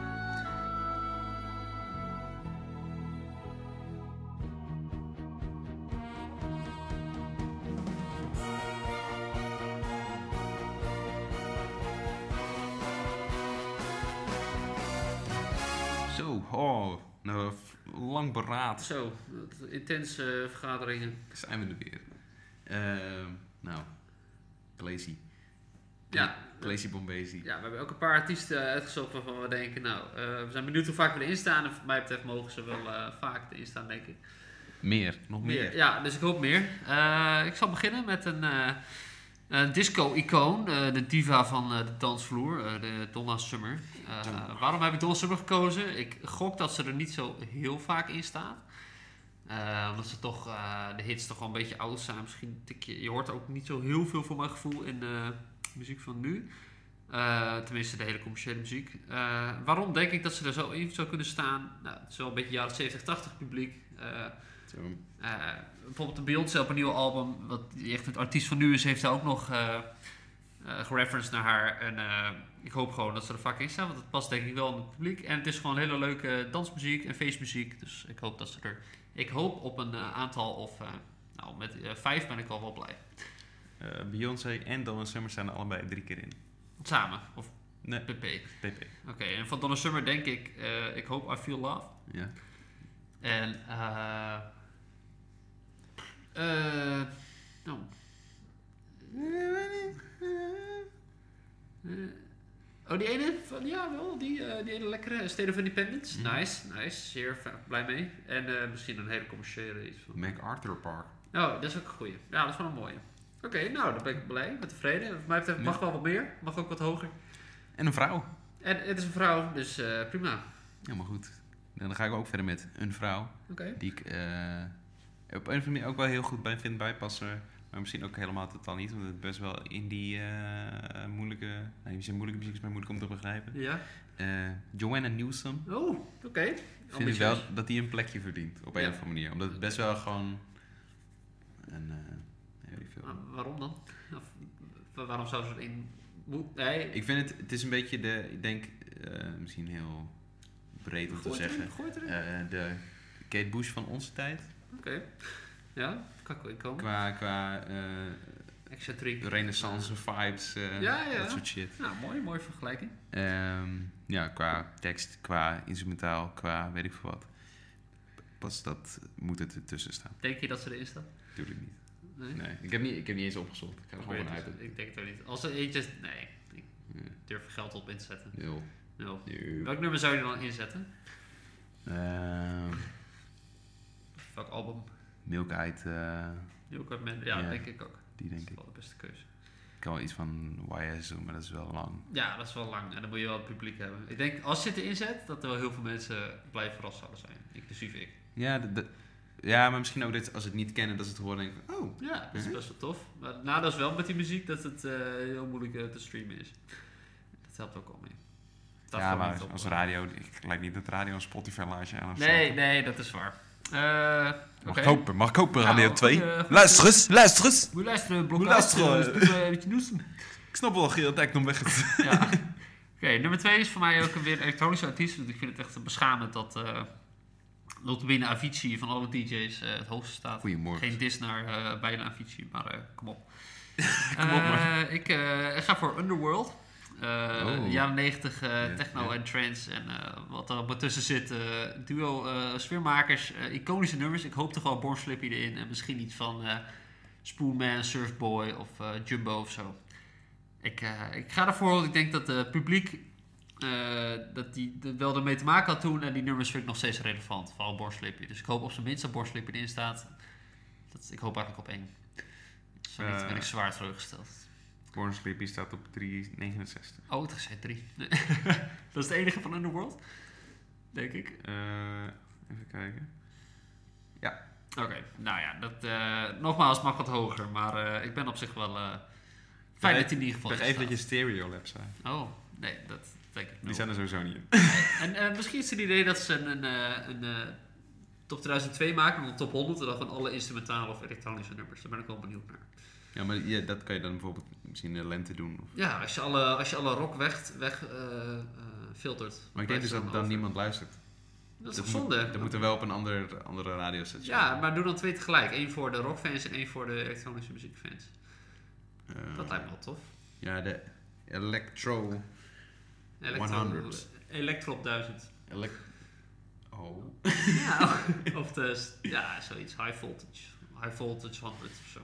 Speaker 1: Zo.
Speaker 3: Oh, nou, f- lang beraad.
Speaker 2: Zo, wat intense eh, vergaderingen.
Speaker 1: Zijn we er weer. Ehm, nou, Glazy.
Speaker 2: Ja.
Speaker 1: Glazy Bombezi.
Speaker 2: Ja, we hebben ook een paar artiesten eh, uitgezocht waarvan we denken, nou, eh, we zijn benieuwd hoe vaak we erin staan. En voor mij betreft mogen ze wel eh, vaak erin staan, denk ik.
Speaker 1: Meer, nog meer.
Speaker 2: Ja, dus ik hoop meer. Eh, ik zal beginnen met een, eh, een disco-icoon, eh, de diva van eh, de dansvloer, eh, de Donna Summer. Eh, waarom heb ik Donna Summer gekozen? Ik gok dat ze er niet zo heel vaak in staat. Eh, omdat ze toch, eh, de hits toch wel een beetje oud zijn. Misschien een tikje- je hoort ook niet zo heel veel van mijn gevoel in de muziek van nu. Eh, tenminste, de hele commerciële muziek. Eh, waarom denk ik dat ze er zo in zou kunnen staan? Nou, het is wel een beetje jaren 70, 80 publiek. Eh,
Speaker 1: Zo.
Speaker 2: eh, bijvoorbeeld de Beyoncé op een nieuw album, wat die echt het artiest van nu is, heeft daar ook nog eh eh, gereferenced naar haar. En eh, ik hoop gewoon dat ze er vaak in staan, want het past denk ik wel in het publiek. En het is gewoon hele leuke dansmuziek en feestmuziek, dus ik hoop dat ze er... Ik hoop op een eh, aantal of... eh, nou, met eh, vijf ben ik al wel blij.
Speaker 3: Eh, Beyoncé en Donna Summer staan er allebei drie keer in.
Speaker 2: Samen, of
Speaker 3: Nee,
Speaker 2: pp. Oké,
Speaker 3: PP.
Speaker 2: en van Donna Summer denk ik, eh, ik hoop I Feel Love.
Speaker 1: Ja.
Speaker 2: En, eh. eh, nou. Eh, oh, die ene van, ja wel, die, eh, die ene lekkere State of Independence.
Speaker 3: Mhm.
Speaker 2: Nice, nice, zeer fa- blij mee. En eh, misschien een hele commerciële iets van.
Speaker 1: MacArthur Park.
Speaker 2: Oh, dat is ook een goeie. Ja, dat is wel een mooie. Oké, nou, dan ben ik blij, ik ben tevreden. Voor mij betreft mag wel wat meer, mag ook wat hoger.
Speaker 1: En een vrouw.
Speaker 2: En het is een vrouw, dus eh, prima.
Speaker 1: Ja, maar goed. En dan ga ik ook verder met een vrouw.
Speaker 2: Oké.
Speaker 1: Die ik... eh,
Speaker 3: Op een of andere manier ook wel heel goed bij vind bijpassen. Maar misschien ook helemaal totaal niet. Omdat het best wel in die eh, moeilijke... Nee, niet zo moeilijke muziek is, maar moeilijk om te begrijpen.
Speaker 2: Ja.
Speaker 3: Eh, Joanna Newsom.
Speaker 2: Oh, oké.
Speaker 3: Vind ik
Speaker 2: Ambitieus.
Speaker 3: wel dat die een plekje verdient. Op een
Speaker 2: Ja.
Speaker 3: of andere manier. Omdat het best wel gewoon... Een... eh, weet ik veel.
Speaker 2: Maar Nou, waarom dan? Of, wa- waarom zou ze erin moeten? Nee,
Speaker 3: Ik vind het... Het is een beetje de... Ik denk... eh, misschien heel breed om te
Speaker 2: Gooi het erin,
Speaker 3: zeggen.
Speaker 2: gooi het erin.
Speaker 3: Eh, de Kate Bush van onze tijd.
Speaker 2: Oké. Ja, kan ik wel inkomen.
Speaker 3: Qua, qua eh,
Speaker 2: Excentriek.
Speaker 3: renaissance vibes, eh,
Speaker 2: Ja, ja.
Speaker 3: dat soort shit.
Speaker 2: Nou, mooi, mooie vergelijking.
Speaker 3: Ehm, ja, qua tekst, qua instrumentaal, qua weet ik veel wat.
Speaker 1: Pas dat moet het ertussen staan.
Speaker 2: Denk je dat ze erin staat?
Speaker 1: Natuurlijk niet.
Speaker 2: Nee?
Speaker 1: Nee, ik heb niet, ik heb niet eens opgezocht. Ik ga er
Speaker 2: Ik
Speaker 1: gewoon
Speaker 2: weet
Speaker 1: vanuit.
Speaker 2: het, Ik denk het ook niet. Als er eentje is, nee. Ik
Speaker 1: Nee.
Speaker 2: durf er geld op in te zetten.
Speaker 1: Nul.
Speaker 2: Nul.
Speaker 1: Nul.
Speaker 2: Welk nummer zou je er dan inzetten?
Speaker 1: Ehm,
Speaker 2: Fuck album.
Speaker 1: Milk Eyed, eh,
Speaker 2: New Card Man. Ja,
Speaker 1: Ja.
Speaker 2: denk ik ook.
Speaker 1: die denk
Speaker 2: Dat is
Speaker 1: ik.
Speaker 2: wel de beste keuze.
Speaker 1: Ik kan wel iets van YS doen, maar dat is wel lang.
Speaker 2: Ja, dat is wel lang. En dan moet je wel het publiek hebben. Ik denk, als je het erin zet, dat er wel heel veel mensen blij verrast zouden zijn. Inclusief ik.
Speaker 3: Ja, dat- dat- ja, maar misschien ook dit, als ze het niet kennen, dat ze het horen en denken, oh,
Speaker 2: Ja, dat is
Speaker 1: Mhm.
Speaker 2: best wel tof. Maar het nadeel is wel met die muziek dat het eh, heel moeilijk eh, te streamen is. Dat helpt ook al mee. Dat
Speaker 3: ja,
Speaker 2: valt
Speaker 3: maar
Speaker 2: niet
Speaker 3: als,
Speaker 2: op,
Speaker 3: als
Speaker 2: hoor.
Speaker 3: radio, ik lijkt niet dat radio een Spotify-laagje aan of zo.
Speaker 2: Nee, nee, dat is waar. Eh
Speaker 3: Mag
Speaker 2: oké.
Speaker 3: ik kopen, mag ik kopen, Radio
Speaker 2: Nou,
Speaker 3: 2?
Speaker 2: goeie- goeie-
Speaker 3: luister eens, luister eens.
Speaker 2: Moet je luisteren,
Speaker 3: Moet
Speaker 2: blok
Speaker 3: je luisteren.
Speaker 2: luisteren. Dus doe, eh, een beetje noesem.
Speaker 3: Ik snap wel, Gerard Ekdom weg is.
Speaker 2: Ja. Oké, nummer twee is voor mij ook weer een elektronische artiest. Want ik vind het echt beschamend dat eh notabene Avicii van alle DJ's eh, het hoogste staat.
Speaker 1: Goedemorgen.
Speaker 2: Geen dis naar eh, bijna Avicii, maar eh, kom op.
Speaker 3: Kom op, maar.
Speaker 2: Eh, ik eh, ga voor Underworld. Eh
Speaker 1: Oh.
Speaker 2: Jaren 90 eh,
Speaker 1: Ja,
Speaker 2: techno
Speaker 1: ja.
Speaker 2: en trance en eh, wat er allemaal tussen zit. eh, duo eh, sfeermakers, eh, iconische nummers. Ik hoop toch wel Born Slippy erin en misschien iets van eh Spoonman, Surfboy of eh, Jumbo of zo. Ik, eh, ik ga ervoor, want ik denk dat het publiek eh, dat die er wel ermee te maken had toen. En die nummers vind ik nog steeds relevant, vooral Borstlippie. Dus ik hoop op zijn minst dat Borstlippie erin staat. Dat, ik hoop eigenlijk op één. Zo niet
Speaker 3: Eh.
Speaker 2: ben ik zwaar teleurgesteld.
Speaker 3: Born Sleepy staat op 3,69.
Speaker 2: Oh, het zijn drie. Nee. dat is de enige van Underworld, denk ik.
Speaker 3: Eh, even kijken.
Speaker 2: Oké, nou ja, dat, eh, nogmaals mag wat hoger. Maar eh, ik ben op zich wel eh, fijn
Speaker 3: Begrijp-
Speaker 2: dat hij in ieder
Speaker 3: Ik
Speaker 2: geval
Speaker 3: dacht
Speaker 2: er
Speaker 3: even dat je
Speaker 2: staat.
Speaker 3: Stereo Lab zei.
Speaker 2: Oh, nee, dat denk ik
Speaker 3: Die
Speaker 2: niet.
Speaker 3: zijn er sowieso niet in.
Speaker 2: En eh, misschien is het een idee dat ze een, een, eh, een, eh, top 2002 maken, een top 100, en dan gewoon alle instrumentale of elektronische nummers. Daar ben ik wel benieuwd naar.
Speaker 3: Ja, maar ja, dat kan je dan bijvoorbeeld misschien in de lente doen. Of...
Speaker 2: Ja, als je alle, als je alle rock weg, weg eh, eh, filtert.
Speaker 3: Maar ik denk dus dat dan
Speaker 2: over.
Speaker 3: niemand luistert.
Speaker 2: Dat is
Speaker 3: dat
Speaker 2: toch
Speaker 3: moet-
Speaker 2: zonde?
Speaker 3: Dat moeten we wel op een andere, andere radiostation.
Speaker 2: ja, maar doe dan twee tegelijk. Eén voor de rockfans en één voor de elektronische muziekfans.
Speaker 3: Eh,
Speaker 2: Dat lijkt me wel tof.
Speaker 3: Ja, de Electro...
Speaker 2: Electro,
Speaker 3: 100.
Speaker 2: Electro op 1000.
Speaker 3: Elec- oh.
Speaker 2: Ja, of de, ja, zoiets. High voltage. High voltage 100 of zo.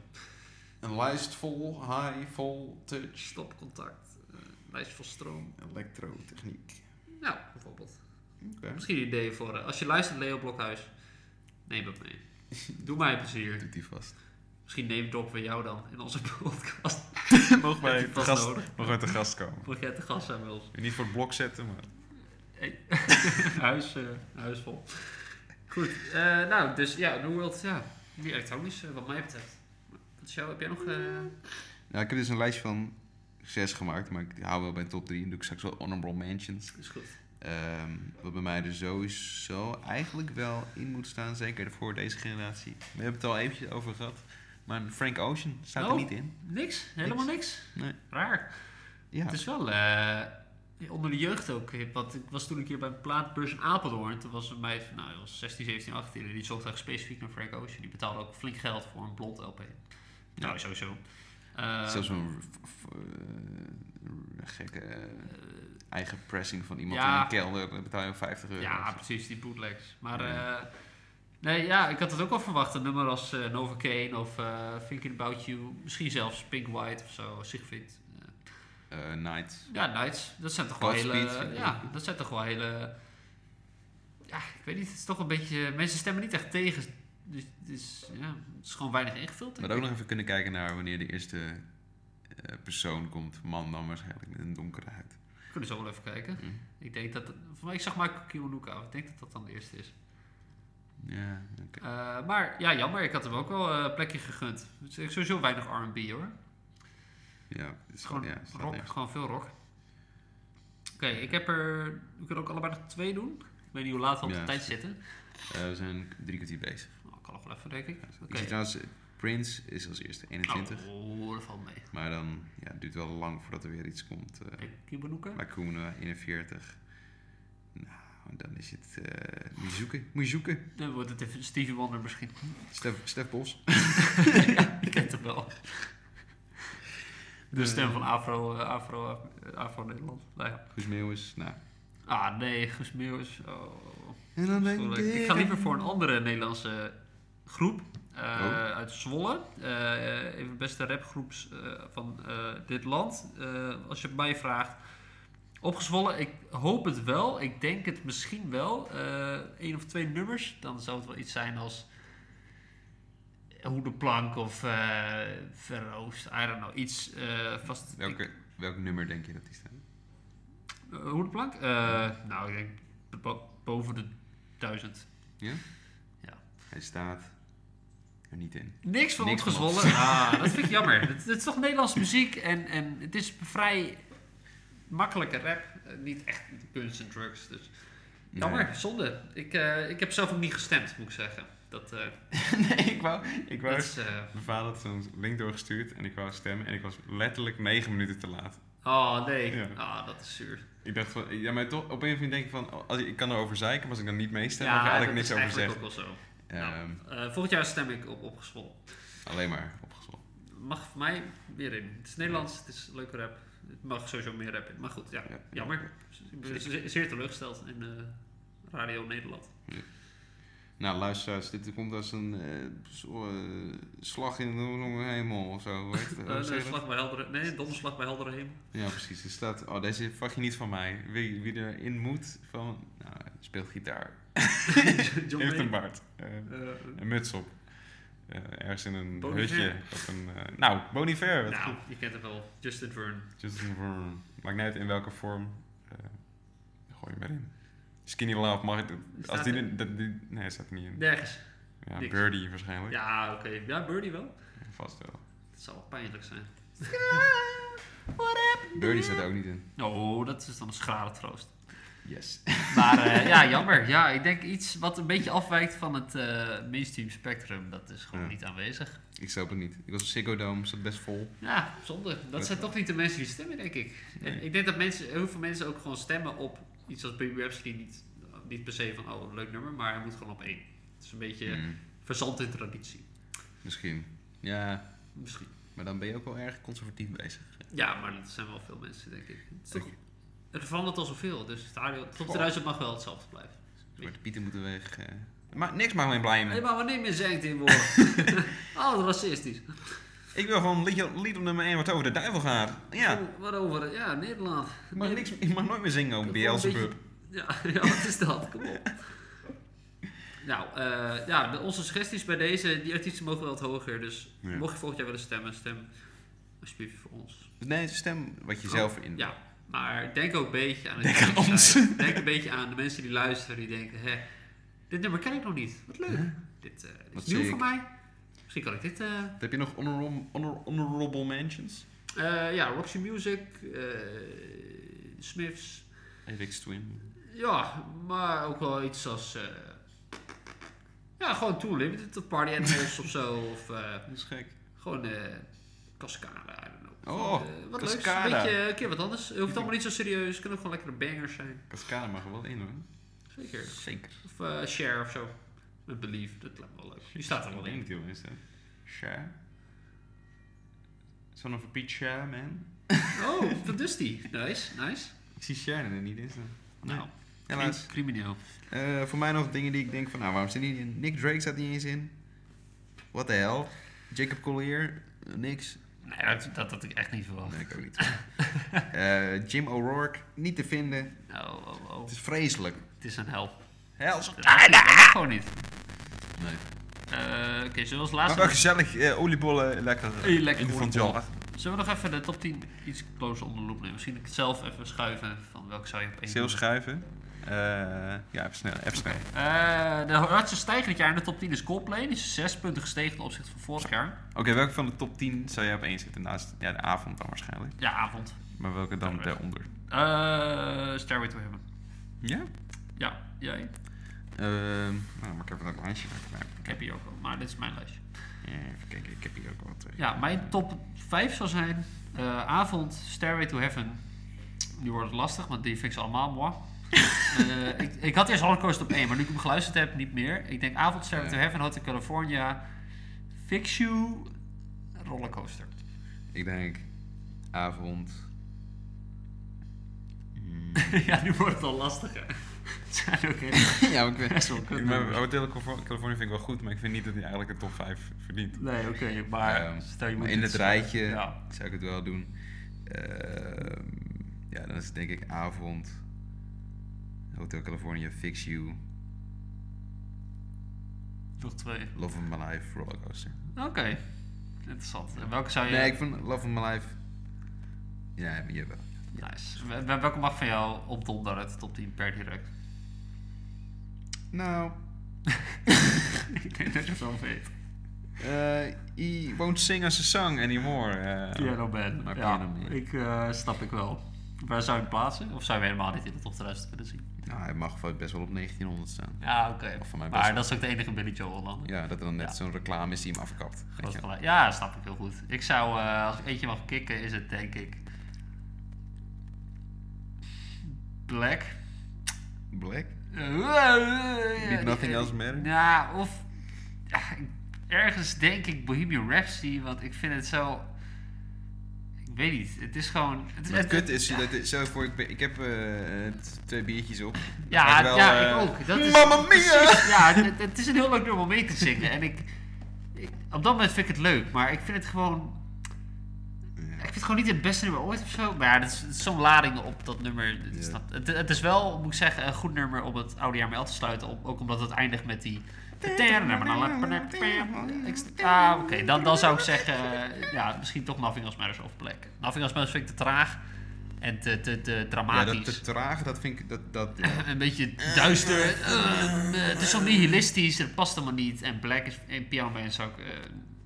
Speaker 3: Een lijst vol high voltage
Speaker 2: Stopcontact. eh, lijst vol stroom.
Speaker 3: elektrotechniek.
Speaker 2: Nou, bijvoorbeeld.
Speaker 3: Oké.
Speaker 2: Misschien een idee voor... eh, als je luistert, Leo Blokhuis, neem het mee. Doe mij een plezier.
Speaker 1: Doet die vast.
Speaker 2: Misschien nemen Doc weer jou dan in onze podcast.
Speaker 3: Mogen
Speaker 2: Heb je
Speaker 3: wij
Speaker 2: het
Speaker 3: te
Speaker 2: vast
Speaker 3: gast,
Speaker 2: nodig?
Speaker 3: mogen wij te gast komen?
Speaker 2: Mag jij te gast zijn bij ons?
Speaker 3: Niet voor het blok zetten, maar...
Speaker 2: Hey. huis, eh, huis vol. Goed. eh, nou, dus ja, New World, ja. Die elektronisch, eh, wat mij betreft. Wat is jou, heb jij nog... eh,
Speaker 1: Nou, ik heb dus een lijstje van zes gemaakt, maar ik hou wel bij de top drie. En doe ik straks wel honorable mentions.
Speaker 2: is goed.
Speaker 1: Ehm, wat bij mij er sowieso eigenlijk wel in moet staan, zeker voor deze generatie. We hebben het al eventjes over gehad, maar Frank Ocean staat
Speaker 2: Oh.
Speaker 1: er niet in.
Speaker 2: Niks? Helemaal niks?
Speaker 1: Nee.
Speaker 2: Raar.
Speaker 1: Ja,
Speaker 2: Het is wel eh, onder de jeugd ook hip. Want ik was toen een keer bij een plaatbeurs in Apeldoorn. Toen was een meid van nou, die was 16, 17, 18. En die zocht echt specifiek naar Frank Ocean. Die betaalde ook flink geld voor een blond LP. Nou, sowieso. Eh,
Speaker 1: zelfs zo'n v- v- eh, gekke eh, eigen pressing van iemand
Speaker 2: ja.
Speaker 1: in een kelder, dan betaal je 50 euro.
Speaker 2: Ja, precies, die bootlegs. Maar
Speaker 1: Ja.
Speaker 2: eh, nee, ja, ik had het ook al verwacht. Een nummer als eh, Nova Kane of eh Thinking About You. Misschien zelfs Pink White of zo, Sigfried. Eh,
Speaker 1: Eh, Night.
Speaker 2: Ja, Knights. Dat zijn toch wel hele...
Speaker 1: Godspeed, vind ik.
Speaker 2: ja, dat zijn toch wel hele... Ja, ik weet niet. Het is toch een beetje... Mensen stemmen niet echt tegen. Dus, dus ja, het is gewoon weinig ingevuld.
Speaker 1: We
Speaker 2: denk
Speaker 1: hadden ook
Speaker 2: ik.
Speaker 1: nog even kunnen kijken naar wanneer de eerste eh, persoon komt. Man dan waarschijnlijk met een donkere huid.
Speaker 2: We kunnen zo wel even kijken.
Speaker 1: Hm.
Speaker 2: Ik denk dat... het- Voor mij, ik zag Michael Kiwanuka. Ik denk dat dat dan de eerste is.
Speaker 1: Ja, oké.
Speaker 2: Eh, maar ja, jammer. Ik had hem ook wel eh, een plekje gegund. Het is sowieso weinig R&B hoor.
Speaker 1: ja, het
Speaker 2: Het
Speaker 1: is
Speaker 2: is gewoon
Speaker 1: ja, het staat
Speaker 2: rock.
Speaker 1: nergens.
Speaker 2: Gewoon veel rock. Oké, ik heb er... We kunnen ook allebei nog twee doen. Ik weet niet hoe laat we op
Speaker 1: Ja,
Speaker 2: de tijd
Speaker 1: is
Speaker 2: zitten.
Speaker 1: Eh, we zijn drie kwartier bezig.
Speaker 2: Oh, ik kan nog wel even, denk ik.
Speaker 1: Ik zie
Speaker 2: Oké.
Speaker 1: trouwens, eh, Prince is als eerste 21.
Speaker 2: Oh, dat valt mee.
Speaker 1: Maar dan ja, het duurt wel lang voordat er weer iets komt. eh
Speaker 2: Kijk, Kibanuka.
Speaker 1: Lacuna 41. Nou, dan is het... eh, moet je zoeken. Moet je zoeken.
Speaker 2: Dan wordt het even Stevie Wonder misschien.
Speaker 1: Stef, Stef Bos.
Speaker 2: ja, ik ken het wel. De stem van Afro, eh, Afro, eh, Afro Nederland. Nou ja.
Speaker 1: Guus Meeuwis. Nou,
Speaker 2: Ah nee, Guus Meeuwis. Oh.
Speaker 1: En dan denk
Speaker 2: Sorry, Ik ga liever voor een andere Nederlandse groep eh,
Speaker 1: Oh.
Speaker 2: uit Zwolle. Eh, eh, een van de beste rapgroeps eh, van eh, dit land. Eh, als je het mij vraagt, opgezwollen, ik hoop het wel. Ik denk het misschien wel. Eén of twee nummers, dan zou het wel iets zijn als... Hoe de plank of eh verroost, I don't know, iets eh, vast. ik-
Speaker 1: Welke, welk nummer denk je dat die staat?
Speaker 2: eh, hoe de plank? Eh, nou, ik denk bo- boven de duizend.
Speaker 1: Ja?
Speaker 2: Ja.
Speaker 1: Hij staat er niet in.
Speaker 2: Niks van
Speaker 1: Niks van
Speaker 2: opgezwollen. Ah, dat vind ik jammer. Het, het is toch Nederlandse muziek en, en het is vrij makkelijke rap. Eh, niet echt kunst en drugs. Dus. Jammer,
Speaker 1: Nee.
Speaker 2: zonde. Ik, eh, ik heb zelf ook niet gestemd, moet ik zeggen. Dat, eh,
Speaker 3: nee, ik wou... Ik wou
Speaker 2: dat is, eh,
Speaker 3: Mijn vader had zo'n link doorgestuurd en ik wou stemmen en ik was letterlijk negen minuten te laat.
Speaker 2: oh nee,
Speaker 3: Ja.
Speaker 2: Ah, dat is zuur.
Speaker 3: Ik dacht van, ja, maar toch, op een of andere manier denk ik van, oh, als ik, ik kan erover zeiken, maar als ik dan niet meestem, dan
Speaker 2: ja,
Speaker 3: ga
Speaker 2: dat
Speaker 3: ik niks
Speaker 2: is
Speaker 3: over
Speaker 2: eigenlijk
Speaker 3: zeggen.
Speaker 2: ook wel zo.
Speaker 1: Ehm,
Speaker 2: Nou, eh, volgend jaar stem ik op opgezwollen.
Speaker 1: Alleen maar opgezocht.
Speaker 2: Mag voor mij weer in. Het is Nederlands, het is leuke rap. Het mag sowieso meer rap in. Maar goed, ja,
Speaker 1: Ja.
Speaker 2: jammer. Ik ben ze- zeer teleurgesteld in eh, Radio Nederland.
Speaker 1: Nou, luisteraars, dit komt als een eh, zo- eh, slag in de hemel of zo. Hoe heet het?
Speaker 2: Eh,
Speaker 1: Hoe zeg
Speaker 2: nee,
Speaker 1: je dat?
Speaker 2: slag bij heldere, nee, donderslag bij heldere hemel.
Speaker 1: Ja, precies. Er staat, oh, deze vraag je niet van mij. Wie, wie erin moet, van, nou, speelt gitaar.
Speaker 2: John
Speaker 3: Heeft een
Speaker 2: Wayne.
Speaker 3: baard, eh,
Speaker 2: Eh,
Speaker 3: een muts op, eh, ergens in een
Speaker 2: Bon
Speaker 3: hutje.
Speaker 2: Iver.
Speaker 3: Of een, eh, nou, Bonifair. wat
Speaker 2: nou,
Speaker 3: goed.
Speaker 2: je kent hem wel. Justin Vern.
Speaker 3: Justin Vernon. Maakt niet uit in welke vorm, eh, gooi hem erin. Skinny Love mag ik, als
Speaker 2: Staat
Speaker 3: die,
Speaker 2: er-
Speaker 3: er- dat- die, nee, dat staat er niet in.
Speaker 2: Nergens.
Speaker 3: Ja,
Speaker 2: niks.
Speaker 3: Birdie waarschijnlijk,
Speaker 2: Ja, oké. Ja, Birdie wel.
Speaker 3: vast wel.
Speaker 2: Dat zal wel pijnlijk zijn.
Speaker 1: Birdie staat er ook niet in.
Speaker 2: Oh, dat is dan een schrale troost.
Speaker 1: Yes.
Speaker 2: Maar eh, ja, jammer. Ja, ik denk iets wat een beetje afwijkt van het eh, mainstream spectrum. Dat is gewoon
Speaker 1: Ja.
Speaker 2: niet aanwezig.
Speaker 1: Ik snap het niet. Ik was op Ziggo Dome, zat best vol.
Speaker 2: Ja, zonde. Dat zijn toch niet de mensen die stemmen, denk ik. En
Speaker 1: Nee.
Speaker 2: Ik denk dat mensen, heel veel mensen ook gewoon stemmen op iets als Baby Rhapsody. Niet, niet per se van, oh, een leuk nummer, maar hij moet gewoon op één. Het is een beetje
Speaker 1: Hmm,
Speaker 2: verzand in traditie.
Speaker 1: misschien. Ja,
Speaker 2: Misschien.
Speaker 1: maar dan ben je ook wel erg conservatief bezig.
Speaker 2: Ja, maar dat zijn wel veel mensen, denk ik. Het, is toch-
Speaker 1: Oké.
Speaker 2: het verandert al zoveel, dus het aardig, tot 2000 mag wel hetzelfde blijven.
Speaker 1: Zwarte Dus Pieten moeten weg. eh. Maar niks mag mij blij
Speaker 2: Hé,
Speaker 1: mee.
Speaker 2: maar wanneer meer zengt in worden? Oh, wat racistisch.
Speaker 3: Ik wil gewoon een liedje, lied op nummer 1 wat over de duivel gaat. Ja,
Speaker 2: Oh, Waarover? Ja, Nederland.
Speaker 3: ik mag, niks, ik mag nooit meer zingen over Beelzebub.
Speaker 2: Ja, ja, wat is dat? Kom op. Nou, eh, ja, de- onze suggesties bij deze, die artiesten mogen wel wat hoger. Dus
Speaker 3: Ja.
Speaker 2: mocht je volgend jaar willen stemmen, stem alsjeblieft voor ons.
Speaker 1: Nee, stem wat je zelf in.
Speaker 2: Oh, Ja, maar denk ook een beetje aan het
Speaker 3: Denk aan ons.
Speaker 2: Denk een beetje aan de mensen die luisteren, die denken: hè, dit nummer ken ik nog niet. Wat leuk. Dit, eh, dit
Speaker 1: Wat
Speaker 2: is nieuw
Speaker 1: zie
Speaker 2: voor
Speaker 1: ik?
Speaker 2: mij. Misschien kan ik dit. eh,
Speaker 1: Heb je nog honorable, honor- honorable mentions?
Speaker 2: eh, ja, Roxy Music, eh Smiths.
Speaker 3: Avix Twin.
Speaker 2: Ja, maar ook wel iets als. eh, ja, gewoon Too Limited of Party Animals of zo. Of eh,
Speaker 3: Dat is gek.
Speaker 2: gewoon eh Cascada, I don't know.
Speaker 3: Oh,
Speaker 2: Eh, wat leuks. Een
Speaker 3: Cascada.
Speaker 2: beetje, een keer wat anders. Het hoeft allemaal niet zo serieus. Het kunnen ook gewoon lekkere bangers zijn.
Speaker 3: Cascade mag er wel in hoor.
Speaker 2: Zeker.
Speaker 3: Zeker.
Speaker 2: Of eh, Share of zo. Met Believe, dat lijkt me wel leuk. Die staat er wel in.
Speaker 3: Deal, is dat? Share. Son of a Pete Share, man.
Speaker 2: Oh, dat is die. Nice, nice.
Speaker 3: Ik zie Share er niet in staan.
Speaker 2: Nou,
Speaker 1: Helaas.
Speaker 2: crimineel.
Speaker 1: Eh, voor mij nog dingen die ik denk van, nou, waarom zit die niet in? Nick Drake staat niet eens in. What the hell? Jacob Collier? Eh, niks.
Speaker 2: Nee, dat, dat had ik echt niet verwacht.
Speaker 1: Nee, ik ook niet. Eh, Jim O'Rourke? Niet te vinden.
Speaker 2: Oh, oh, oh.
Speaker 1: Het is vreselijk.
Speaker 2: Het is een hel.
Speaker 1: Hels.
Speaker 2: Dat mag niet, dat mag gewoon niet.
Speaker 1: Nee.
Speaker 2: Eh, Oké, zoals
Speaker 3: Maar
Speaker 2: laatste.
Speaker 3: wel gezellig. eh, oliebollen, lekker.
Speaker 2: Hey, lekker
Speaker 3: in de van
Speaker 2: oliebollen. Zullen we nog even de top 10 iets closer onder de loep nemen? Misschien ik het zelf even schuiven van welke zou je op één
Speaker 3: Stil
Speaker 2: doen?
Speaker 3: schuiven. Eh, ja, even snel. Even snel.
Speaker 2: Eh, de hardste stijger dit jaar in de top 10 is Coldplay. Die is 6 punten gestegen ten opzichte van vorig jaar.
Speaker 3: Oké, welke van de top 10 zou jij op één zitten? Naast ja, de avond dan waarschijnlijk.
Speaker 2: Ja, avond.
Speaker 3: Maar welke dan
Speaker 2: Daarmee.
Speaker 3: daaronder?
Speaker 2: Eh, Stairway to Heaven.
Speaker 3: Ja?
Speaker 2: Ja, jij.
Speaker 1: Ehm, nou, dan moet ik even dat lijstje erbij
Speaker 2: Ik heb hier ook wel, maar dit is mijn lijstje.
Speaker 1: pakken. Ja, even kijken, ik heb hier ook wat. eh.
Speaker 2: Ja, mijn top 5 zou zijn eh, Avond, Stairway to Heaven. Nu wordt het lastig, want die vind ik ze allemaal mooi. Eh, ik, ik had eerst Holocaust op 1, maar nu ik hem geluisterd heb, niet meer. Ik denk Avond, Stairway to Heaven, Hotel California, Fix You, Rollercoaster.
Speaker 1: Ik denk avond. Mm,
Speaker 2: ja, nu wordt het al lastiger. Het zijn ook echt
Speaker 1: ja, maar ik weet
Speaker 2: best wel kut
Speaker 3: Ik ben, oh,
Speaker 2: nummers.
Speaker 3: Hotel California vind ik wel goed, maar ik vind niet dat hij eigenlijk een top 5 verdient.
Speaker 2: Nee, oké, maar
Speaker 1: Ehm,
Speaker 2: stel je
Speaker 1: maar
Speaker 2: moet
Speaker 1: in
Speaker 2: iets- eh,
Speaker 1: het rijtje
Speaker 2: Ja.
Speaker 1: zou ik het wel doen. Ehm, ja, dan is het denk ik avond. Hotel California, Fix You,
Speaker 2: Nog twee.
Speaker 1: Love of My Life, Rollercoaster.
Speaker 2: Oké, interessant. En welke zou je...
Speaker 1: Nee, ik vond Love of My Life... Ja, jawel.
Speaker 2: Nice. Wel- wel- Welke mag van jou op donder uit de top 10 per direct?
Speaker 1: Nou,
Speaker 2: ik denk dat je het wel weet.
Speaker 1: eh I-
Speaker 3: Won't sing as a song anymore. eh.
Speaker 2: Piano Man.
Speaker 1: maar
Speaker 2: ja,
Speaker 1: Piano Man.
Speaker 2: Ik eh, snap ik wel. Waar zou je het plaatsen? Of zou je hem helemaal niet in de top 1000 willen zien?
Speaker 1: nou, hij mag best wel op 1900 staan.
Speaker 2: Ja, oké.
Speaker 1: Of van mij best
Speaker 2: Maar dat is ook de enige Billy Joel Hollander.
Speaker 1: Ja, dat er dan net
Speaker 2: Ja.
Speaker 1: zo'n reclame is die hem afkapt. weet
Speaker 2: Groot
Speaker 1: je.
Speaker 2: gelijk. Ja, snap ik heel goed. Ik zou, eh, als ik eentje mag kicken, is het denk ik. Black.
Speaker 1: Black?
Speaker 2: Did
Speaker 3: Did nothing else matter?
Speaker 2: Eh, Ja, of. ja, ergens denk ik Bohemian Rhapsody, want ik vind het zo. Ik weet niet, het is gewoon. Het,
Speaker 1: Maar het
Speaker 2: het-
Speaker 1: kut is, dat is- stel je voor, ik, ben- ik heb eh, t- twee biertjes op. Ga
Speaker 2: Ja,
Speaker 1: ik wel,
Speaker 2: ja
Speaker 1: eh,
Speaker 2: ik ook. Dat is,
Speaker 1: Mamma mia!
Speaker 2: precies, ja, het, het is een heel leuk nummer om mee te zingen. En ik, ik- op dat moment vind ik het leuk, maar ik vind het gewoon. Ik vind het gewoon niet het beste nummer ooit of zo. Maar ja, er is, er is zo'n lading op dat nummer. Het is,
Speaker 1: Ja.
Speaker 2: dat, het, het is wel, moet ik zeggen, een goed nummer om het oude jaar mee af te sluiten. om- ook omdat het eindigt met die. Ik- Ah, oké. Dan, dan zou ik zeggen, eh, ja, misschien toch Nothing Else Matters of Black. Nothing Else Matters vind ik te traag en te, te, te
Speaker 1: Ja,
Speaker 2: dramatisch
Speaker 1: dat te traag, dat vind ik... Dat, dat,
Speaker 2: een beetje duister. Eh, eh, het is zo nihilistisch, het past helemaal niet. En Black is en Piano Man zou ik. eh,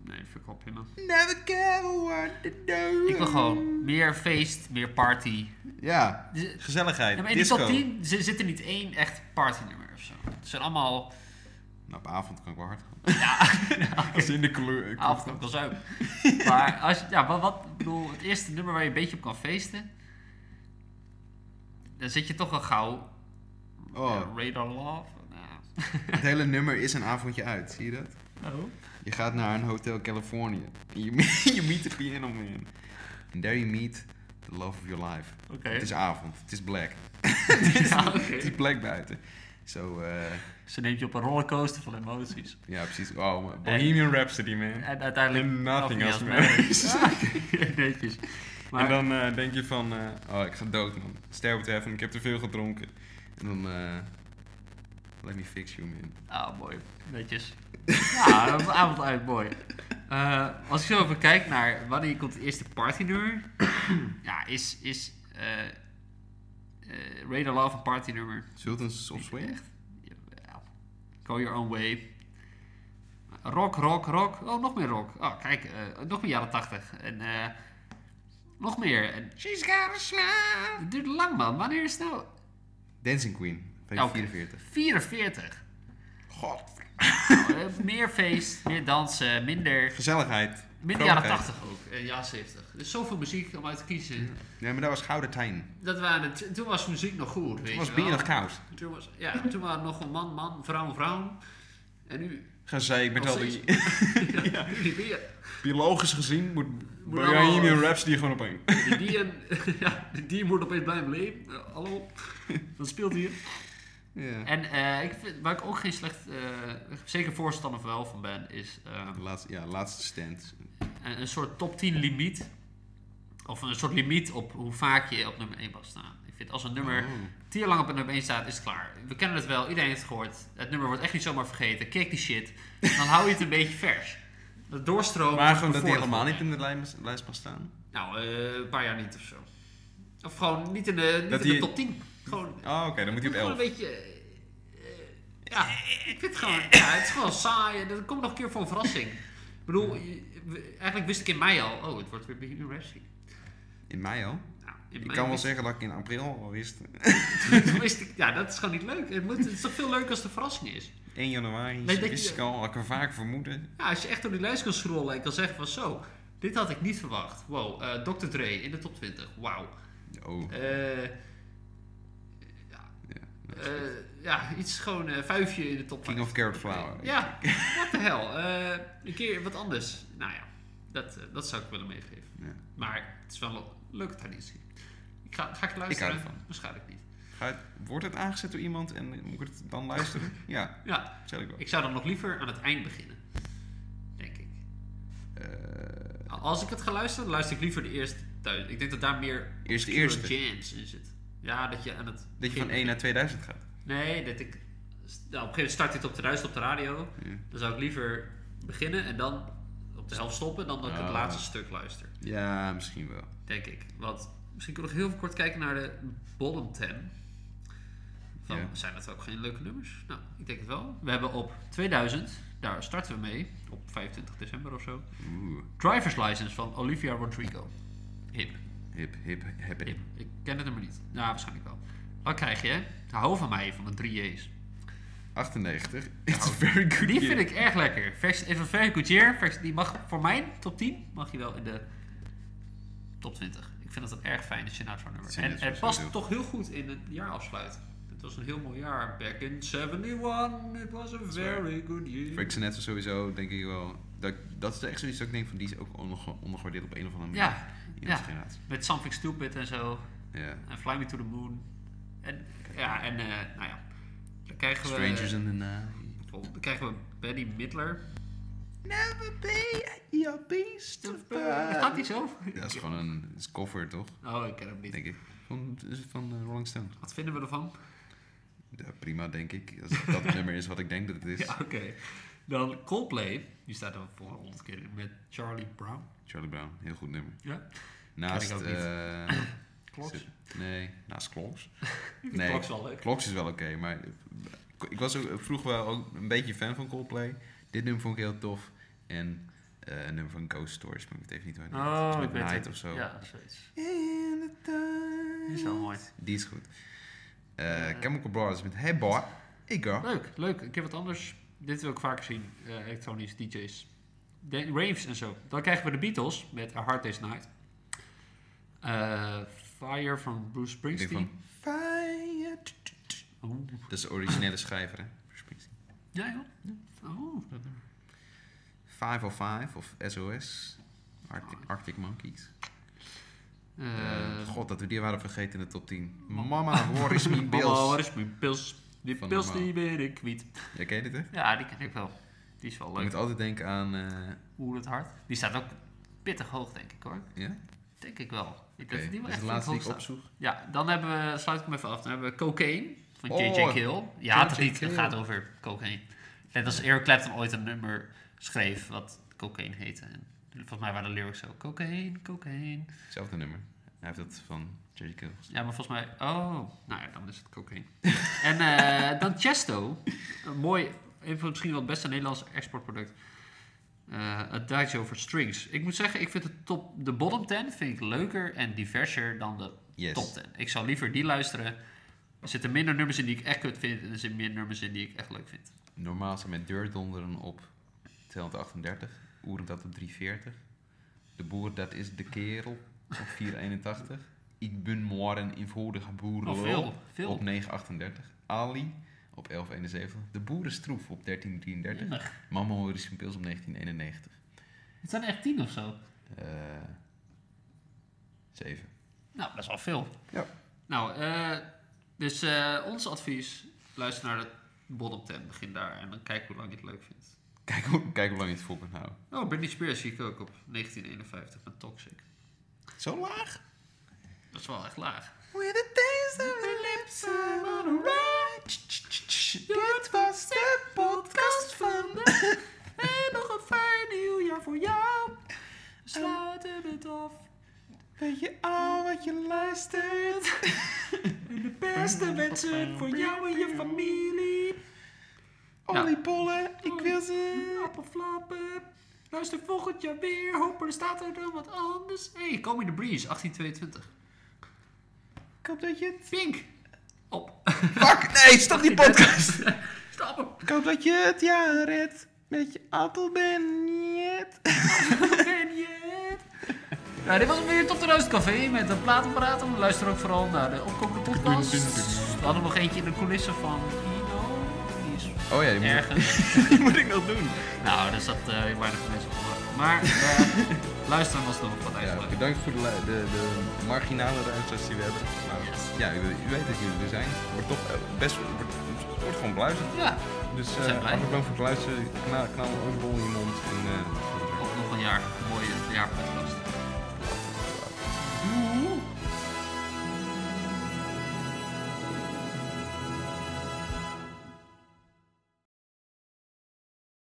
Speaker 2: nee, fuck op prima.
Speaker 1: Never care what to do.
Speaker 2: Ik wil gewoon meer feest, meer party.
Speaker 1: Ja,
Speaker 2: Dus, eh,
Speaker 3: Gezelligheid,
Speaker 2: ja, maar in die
Speaker 3: disco.
Speaker 2: top 10 zi- zit er niet één echt partynummer of zo. Het zijn allemaal.
Speaker 1: nou, op avond kan ik wel hard gaan.
Speaker 3: Als in de kleur.
Speaker 2: Avond ook wel zuip. Maar als je, ja, wat, wat ik bedoel, het eerste nummer waar je een beetje op kan feesten. Dan zit je toch al gauw.
Speaker 1: Oh,
Speaker 2: Ja, Radar Love. Nou.
Speaker 1: het hele nummer is een avondje uit, zie je dat?
Speaker 2: Oh.
Speaker 1: Je gaat naar een hotel Californië. En je, me- je meet de piano man. And there you meet the love of your life.
Speaker 2: Oké.
Speaker 1: Het is avond, het is black.
Speaker 2: Ja, oké.
Speaker 1: Het is black buiten. Zo, eh,
Speaker 2: Ze neemt je op een rollercoaster van emoties.
Speaker 1: ja precies. Oh, maar-
Speaker 3: Bohemian Rhapsody, man.
Speaker 2: En uiteindelijk...
Speaker 3: And nothing else
Speaker 2: matters. Ja, netjes. Maar,
Speaker 3: En dan eh, denk je van, eh,
Speaker 1: Oh, ik ga dood, man. Sterven te heffen, ik heb te veel gedronken. En dan, eh... Let me fix you, man.
Speaker 2: Ah, mooi. Netjes. Ja, dat was avond uit, mooi. Eh, als ik zo even kijk naar wanneer komt het eerste partynummer... ja, is... is eh eh Radar Love een partynummer?
Speaker 1: Sultans of Swing?
Speaker 2: Jawel. Go your own way. Rock, rock, rock. Oh, nog meer rock. Oh, kijk, eh, nog meer jaren tachtig. En eh, nog meer. En
Speaker 1: She's got a smile.
Speaker 2: het duurt lang, man. Wanneer is het nou?
Speaker 1: Dancing Queen,
Speaker 2: Ja, oké.
Speaker 1: 44.
Speaker 2: 44.
Speaker 1: God.
Speaker 2: Nou, eh, meer feest, meer dansen, minder.
Speaker 3: gezelligheid.
Speaker 2: Minder jaren
Speaker 3: vrolijkheid.
Speaker 2: 80 ook, en jaren 70. Dus zoveel muziek om uit te kiezen.
Speaker 1: Nee, maar dat was Gouden Tijn.
Speaker 2: Dat waren de- toen was muziek nog goed. Weet
Speaker 3: Het was
Speaker 2: je
Speaker 3: bier
Speaker 2: wel.
Speaker 3: nog koud.
Speaker 2: Toen was, ja, toen waren we nog een man, man, vrouw, vrouw. En nu.
Speaker 3: Gezeik met
Speaker 2: nog
Speaker 3: al die...
Speaker 2: steeds. ja, nu niet meer.
Speaker 3: Biologisch gezien moet,
Speaker 2: allemaal-
Speaker 3: Bohemian Rhapsody gewoon op één.
Speaker 2: Die dieren, ja, die dieren moeten opeens blijven leven. Eh, hallo, wat speelt hier?
Speaker 1: Ja.
Speaker 2: En eh, ik vind, waar ik ook geen slecht, eh, zeker voorstander wel van ben, is eh,
Speaker 1: De laatste, ja, laatste stand.
Speaker 2: een, een soort top 10 limiet. Of een soort limiet op hoe vaak je op nummer 1 mag staan. Ik vind als een nummer
Speaker 1: Oh.
Speaker 2: tien jaar lang op nummer 1 staat, is het klaar. We kennen het wel, iedereen heeft het gehoord. Het nummer wordt echt niet zomaar vergeten. Kijk die shit. Dan hou je het een beetje vers. Dat doorstromen.
Speaker 3: Maar gewoon dat hij
Speaker 2: bevordert
Speaker 3: helemaal
Speaker 2: elkaar.
Speaker 3: niet in de lijst lijst mag staan.
Speaker 2: Nou, eh, een paar jaar niet of zo. Of gewoon niet in de, niet
Speaker 3: Dat
Speaker 2: in de
Speaker 3: die-
Speaker 2: top 10. Gewoon,
Speaker 3: Oh, oké, dan moet hij op
Speaker 2: gewoon
Speaker 3: 11.
Speaker 2: een beetje. eh, eh, ja, ik vind het gewoon. Ja, het is gewoon saai. en Dat komt nog een keer voor een verrassing. Ik bedoel, je- we- eigenlijk wist ik in mei al. Oh, het wordt weer Bohemian Rhapsody.
Speaker 1: In mei al?
Speaker 2: Nou, in
Speaker 1: Ik kan
Speaker 2: mei
Speaker 1: wel
Speaker 2: wist-
Speaker 1: zeggen dat ik in april al wist.
Speaker 2: toen wist ik, ja, dat is gewoon niet leuk. Het, moet, het is toch veel leuker als de verrassing is.
Speaker 3: 1 januari,
Speaker 2: Nee, dat
Speaker 3: wist
Speaker 2: je-
Speaker 3: ik al, had ik er vaak vermoeden.
Speaker 2: Ja, als je echt door die lijst kan scrollen en kan zeggen van zo, dit had ik niet verwacht. Wow, eh, Dr. Dre in de top 20. Wauw.
Speaker 1: Oh.
Speaker 2: Eh, eh, ja, iets gewoon eh, vuifje in de top 5.
Speaker 1: King of Carrot Flower.
Speaker 2: Ja, what the hell. Eh, een keer wat anders. Nou ja, dat, eh, dat zou ik willen meegeven.
Speaker 1: Ja.
Speaker 2: Maar het is wel een leuke traditie. Ik Ga, ga ik
Speaker 3: Ik hou
Speaker 2: luisteren?
Speaker 3: ervan.
Speaker 2: Waarschijnlijk niet.
Speaker 3: Ga het- wordt het aangezet door iemand en moet ik het dan luisteren? ja,
Speaker 2: Ja,
Speaker 3: stel ik wel.
Speaker 2: ik zou dan nog liever aan het eind beginnen. Denk ik.
Speaker 3: Eh,
Speaker 2: Als ik het ga luisteren, dan luister ik liever de eerste thuis. Ik denk dat daar meer
Speaker 3: Eerst de
Speaker 2: obscure
Speaker 3: eerste.
Speaker 2: jams in zit. Ja, dat je aan het...
Speaker 3: dat je
Speaker 2: begin
Speaker 3: van 1 naar 2000 gaat.
Speaker 2: Nee, dat ik... Nou, op een gegeven moment start dit op de ruis op de radio.
Speaker 3: Ja.
Speaker 2: Dan zou ik liever beginnen en dan op de helft stoppen... dan dat ik het
Speaker 1: Ah.
Speaker 2: laatste stuk luister.
Speaker 1: Ja, misschien wel.
Speaker 2: Denk ik. Want misschien kunnen we nog heel kort kijken naar de bottom 10. Van,
Speaker 3: Ja.
Speaker 2: Zijn dat ook geen leuke nummers? Nou, ik denk het wel. We hebben op 2000, daar starten we mee, op 25 december of zo.
Speaker 1: Oeh,
Speaker 2: Driver's License van Olivia Rodrigo. Hip.
Speaker 1: hip, hip, hip,
Speaker 2: Hip.
Speaker 1: hip.
Speaker 2: Ik ken het nummer niet. Nou, waarschijnlijk wel. Wat krijg je, hè? Hou van mij, van de 3J's.
Speaker 1: 98. It's a very good
Speaker 2: Die
Speaker 1: year.
Speaker 2: vind ik erg lekker. Vers, even Very Good Year. Vers, die mag voor mijn top 10 mag je wel in de top 20. Ik vind dat een erg fijne Sinatra nummer.
Speaker 1: Sinatra
Speaker 2: En het
Speaker 1: is
Speaker 2: past
Speaker 1: heel-
Speaker 2: toch heel goed in het jaar afsluiten. Het was een heel mooi jaar. Back in 71, it was a
Speaker 1: waar.
Speaker 2: very good year.
Speaker 1: Frank Sinatra sowieso, denk ik wel. Dat, dat is echt zoiets dat ik denk van, die is ook onge- ondergewaardeerd op een of andere manier.
Speaker 2: Ja,
Speaker 1: In
Speaker 2: ja.
Speaker 1: onze generatie.
Speaker 2: met Something Stupid en zo.
Speaker 1: Ja.
Speaker 2: En Fly Me to the Moon. En, ja, en eh, nou ja. Dan krijgen we... Oh,
Speaker 1: Strangers in the night.
Speaker 2: Dan krijgen we Benny Midler.
Speaker 1: Never be your beast of
Speaker 2: Dat gaat die zo?
Speaker 1: Ja, dat is gewoon een dat is cover, toch?
Speaker 2: Oh, ik ken hem niet.
Speaker 1: Denk ik. Van, is het van eh, Rolling Stone.
Speaker 2: Wat vinden we ervan?
Speaker 1: Ja, prima, denk ik. Als het dat nummer is wat ik denk dat het is.
Speaker 2: Ja, oké. Dan Coldplay. Die staat er voor honderd keer in met Charlie Brown.
Speaker 1: Charlie Brown, heel goed nummer.
Speaker 2: Ja.
Speaker 1: Naast...
Speaker 2: ook niet.
Speaker 1: eh,
Speaker 2: Klopt.
Speaker 1: zit- nee, naast Kloks.
Speaker 2: Nee.
Speaker 1: Nee.
Speaker 2: Klopt wel leuk.
Speaker 1: Kloks is wel oké, maar eh, ik was ook, vroeger wel ook een beetje fan van Coldplay. Dit nummer vond ik heel tof. En eh, een nummer van Ghost Stories, maar ik weet even niet hoe het heet.
Speaker 2: Oh,
Speaker 1: Het is met Night of zo.
Speaker 2: Ja, zoiets.
Speaker 1: In the time.
Speaker 2: Die is wel mooi.
Speaker 1: Die is goed. Eh, Chemical Brothers met Hey Boy, hey girl.
Speaker 2: Leuk, leuk. Ik heb wat anders. Dit wil ik vaker zien. eh elektronisch DJ's. De, raves en zo. Dan krijgen we de Beatles met A Hard Day's Night. Eh, Fire van Bruce
Speaker 1: Ik denk
Speaker 2: Springsteen.
Speaker 1: van Fire.
Speaker 2: Oh.
Speaker 1: Dat is de originele schrijver, hè? Bruce Springsteen.
Speaker 2: Ja, joh. Oh, dat
Speaker 1: 505 of SOS. Arctic, Arctic Monkeys.
Speaker 2: Eh,
Speaker 1: Eh, God, dat we die waren vergeten in de top 10. Mama, hoor is mijn
Speaker 2: Mama, waar
Speaker 1: bills.
Speaker 2: is mijn pils? Die
Speaker 1: Van
Speaker 2: pils
Speaker 1: normaal.
Speaker 2: die ben ik kwijt.
Speaker 1: Ja, ken je dit, hè?
Speaker 2: Ja, die ken ik wel. Die is wel
Speaker 1: Je
Speaker 2: leuk.
Speaker 1: moet altijd denken aan... eh,
Speaker 2: Hoe het hart. Die staat ook pittig hoog, denk ik hoor.
Speaker 1: ja?
Speaker 2: Denk ik wel. Ik
Speaker 1: Oké,
Speaker 2: denk dat die
Speaker 1: dat
Speaker 2: wel
Speaker 1: is
Speaker 2: echt
Speaker 1: de
Speaker 2: goed
Speaker 1: laatste die
Speaker 2: hoog
Speaker 1: ik
Speaker 2: staat.
Speaker 1: opzoeg.
Speaker 2: Ja, dan hebben we, sluit ik hem even af. Dan hebben we Cocaine van
Speaker 1: Oh,
Speaker 2: J.J. Kill. Ja, dat
Speaker 1: J.J.
Speaker 2: lied
Speaker 1: Kill.
Speaker 2: gaat over cocaine. Net als Eric Clapton ooit een nummer schreef wat cocaine heette. En volgens mij waren de lyrics ook cocaine, cocaine.
Speaker 1: Hetzelfde nummer. Hij heeft dat van Jerry Kill.
Speaker 2: Ja, maar volgens mij... Oh, nou ja, dan is het cocaine. en eh, dan Chesto. Een mooi, een van misschien wel het beste Nederlandse exportproduct. Eh, het draait over strings. Ik moet zeggen, ik vind de, top, de bottom 10 vind ik leuker en diverser dan de
Speaker 1: Yes.
Speaker 2: top 10. Ik zou liever die luisteren. Er zitten minder nummers in die ik echt kut vind en er zitten meer nummers in die ik echt leuk vind.
Speaker 1: Normaal zijn met Deurdonderen op 238. Oerend dat op 340. De boer, dat is de kerel op 481. Ik ben morgen in vorige boeren
Speaker 2: Oh, veel, veel.
Speaker 1: op 938. Ali op 1171. De boerenstroef op 1333.
Speaker 2: Jammer.
Speaker 1: Mama Horizon een pils op 1991.
Speaker 2: Het zijn er echt 10 of zo.
Speaker 1: Eh 7.
Speaker 2: Nou, dat is wel veel.
Speaker 1: Ja.
Speaker 2: Nou, eh, dus eh, ons advies: luister naar de bottom 10, begin daar en dan kijk hoe lang je het leuk vindt.
Speaker 1: Kijk, hoe- kijk hoe lang je het vol kan houden.
Speaker 2: Oh, Britney Spears zie ik ook op 1951 met Toxic.
Speaker 1: Zo laag?
Speaker 2: Dat is wel echt laag.
Speaker 1: With the taste of your lips, I'm on a ride. Dit was de podcast van
Speaker 2: En nog een fijn nieuwjaar voor jou. Sluiten het af.
Speaker 1: Weet je al wat je luistert?
Speaker 2: De beste wensen voor jou en je familie.
Speaker 1: Oliebollen, ik wil ze.
Speaker 2: Oh, Appelflappen. Luister volgend jaar weer. Hopelijk staat er dan wat anders. Hé, hey, Come in the Breeze, 1822.
Speaker 1: Ik hoop dat je het...
Speaker 2: Pink. Op.
Speaker 1: Fuck, nee, stop die podcast.
Speaker 2: Stap hem.
Speaker 1: Ik hoop dat je het jaar redt. Met je appel ben
Speaker 2: Ben je het? Nou, dit was hem weer tot de Ruistcafé met de platenpraten. Luister ook vooral naar de opkomende podcast. We hadden nog eentje in de coulissen van Ino. Die is
Speaker 1: Oh ja, die
Speaker 2: ergens.
Speaker 1: moet, die moet ik nog doen.
Speaker 2: Nou, daar zat eh bijna geen mensen op te wachten. Maar eh, luisteren was het nog wat eigenlijk.
Speaker 1: bedankt voor de, lu- de, de marginale luisteraars die we hebben. Maar
Speaker 2: Yes.
Speaker 1: ja, u, u weet dat jullie er zijn. Wordt toch eh, best wordt, wordt gewoon beluisterd.
Speaker 2: Ja,
Speaker 1: Dus
Speaker 2: zijn blij.
Speaker 1: eh hartelijk dank voor het luisteren. Knal, knal een oliebol in je mond. En, eh,
Speaker 2: op nog een jaar. Mooie jaarpot.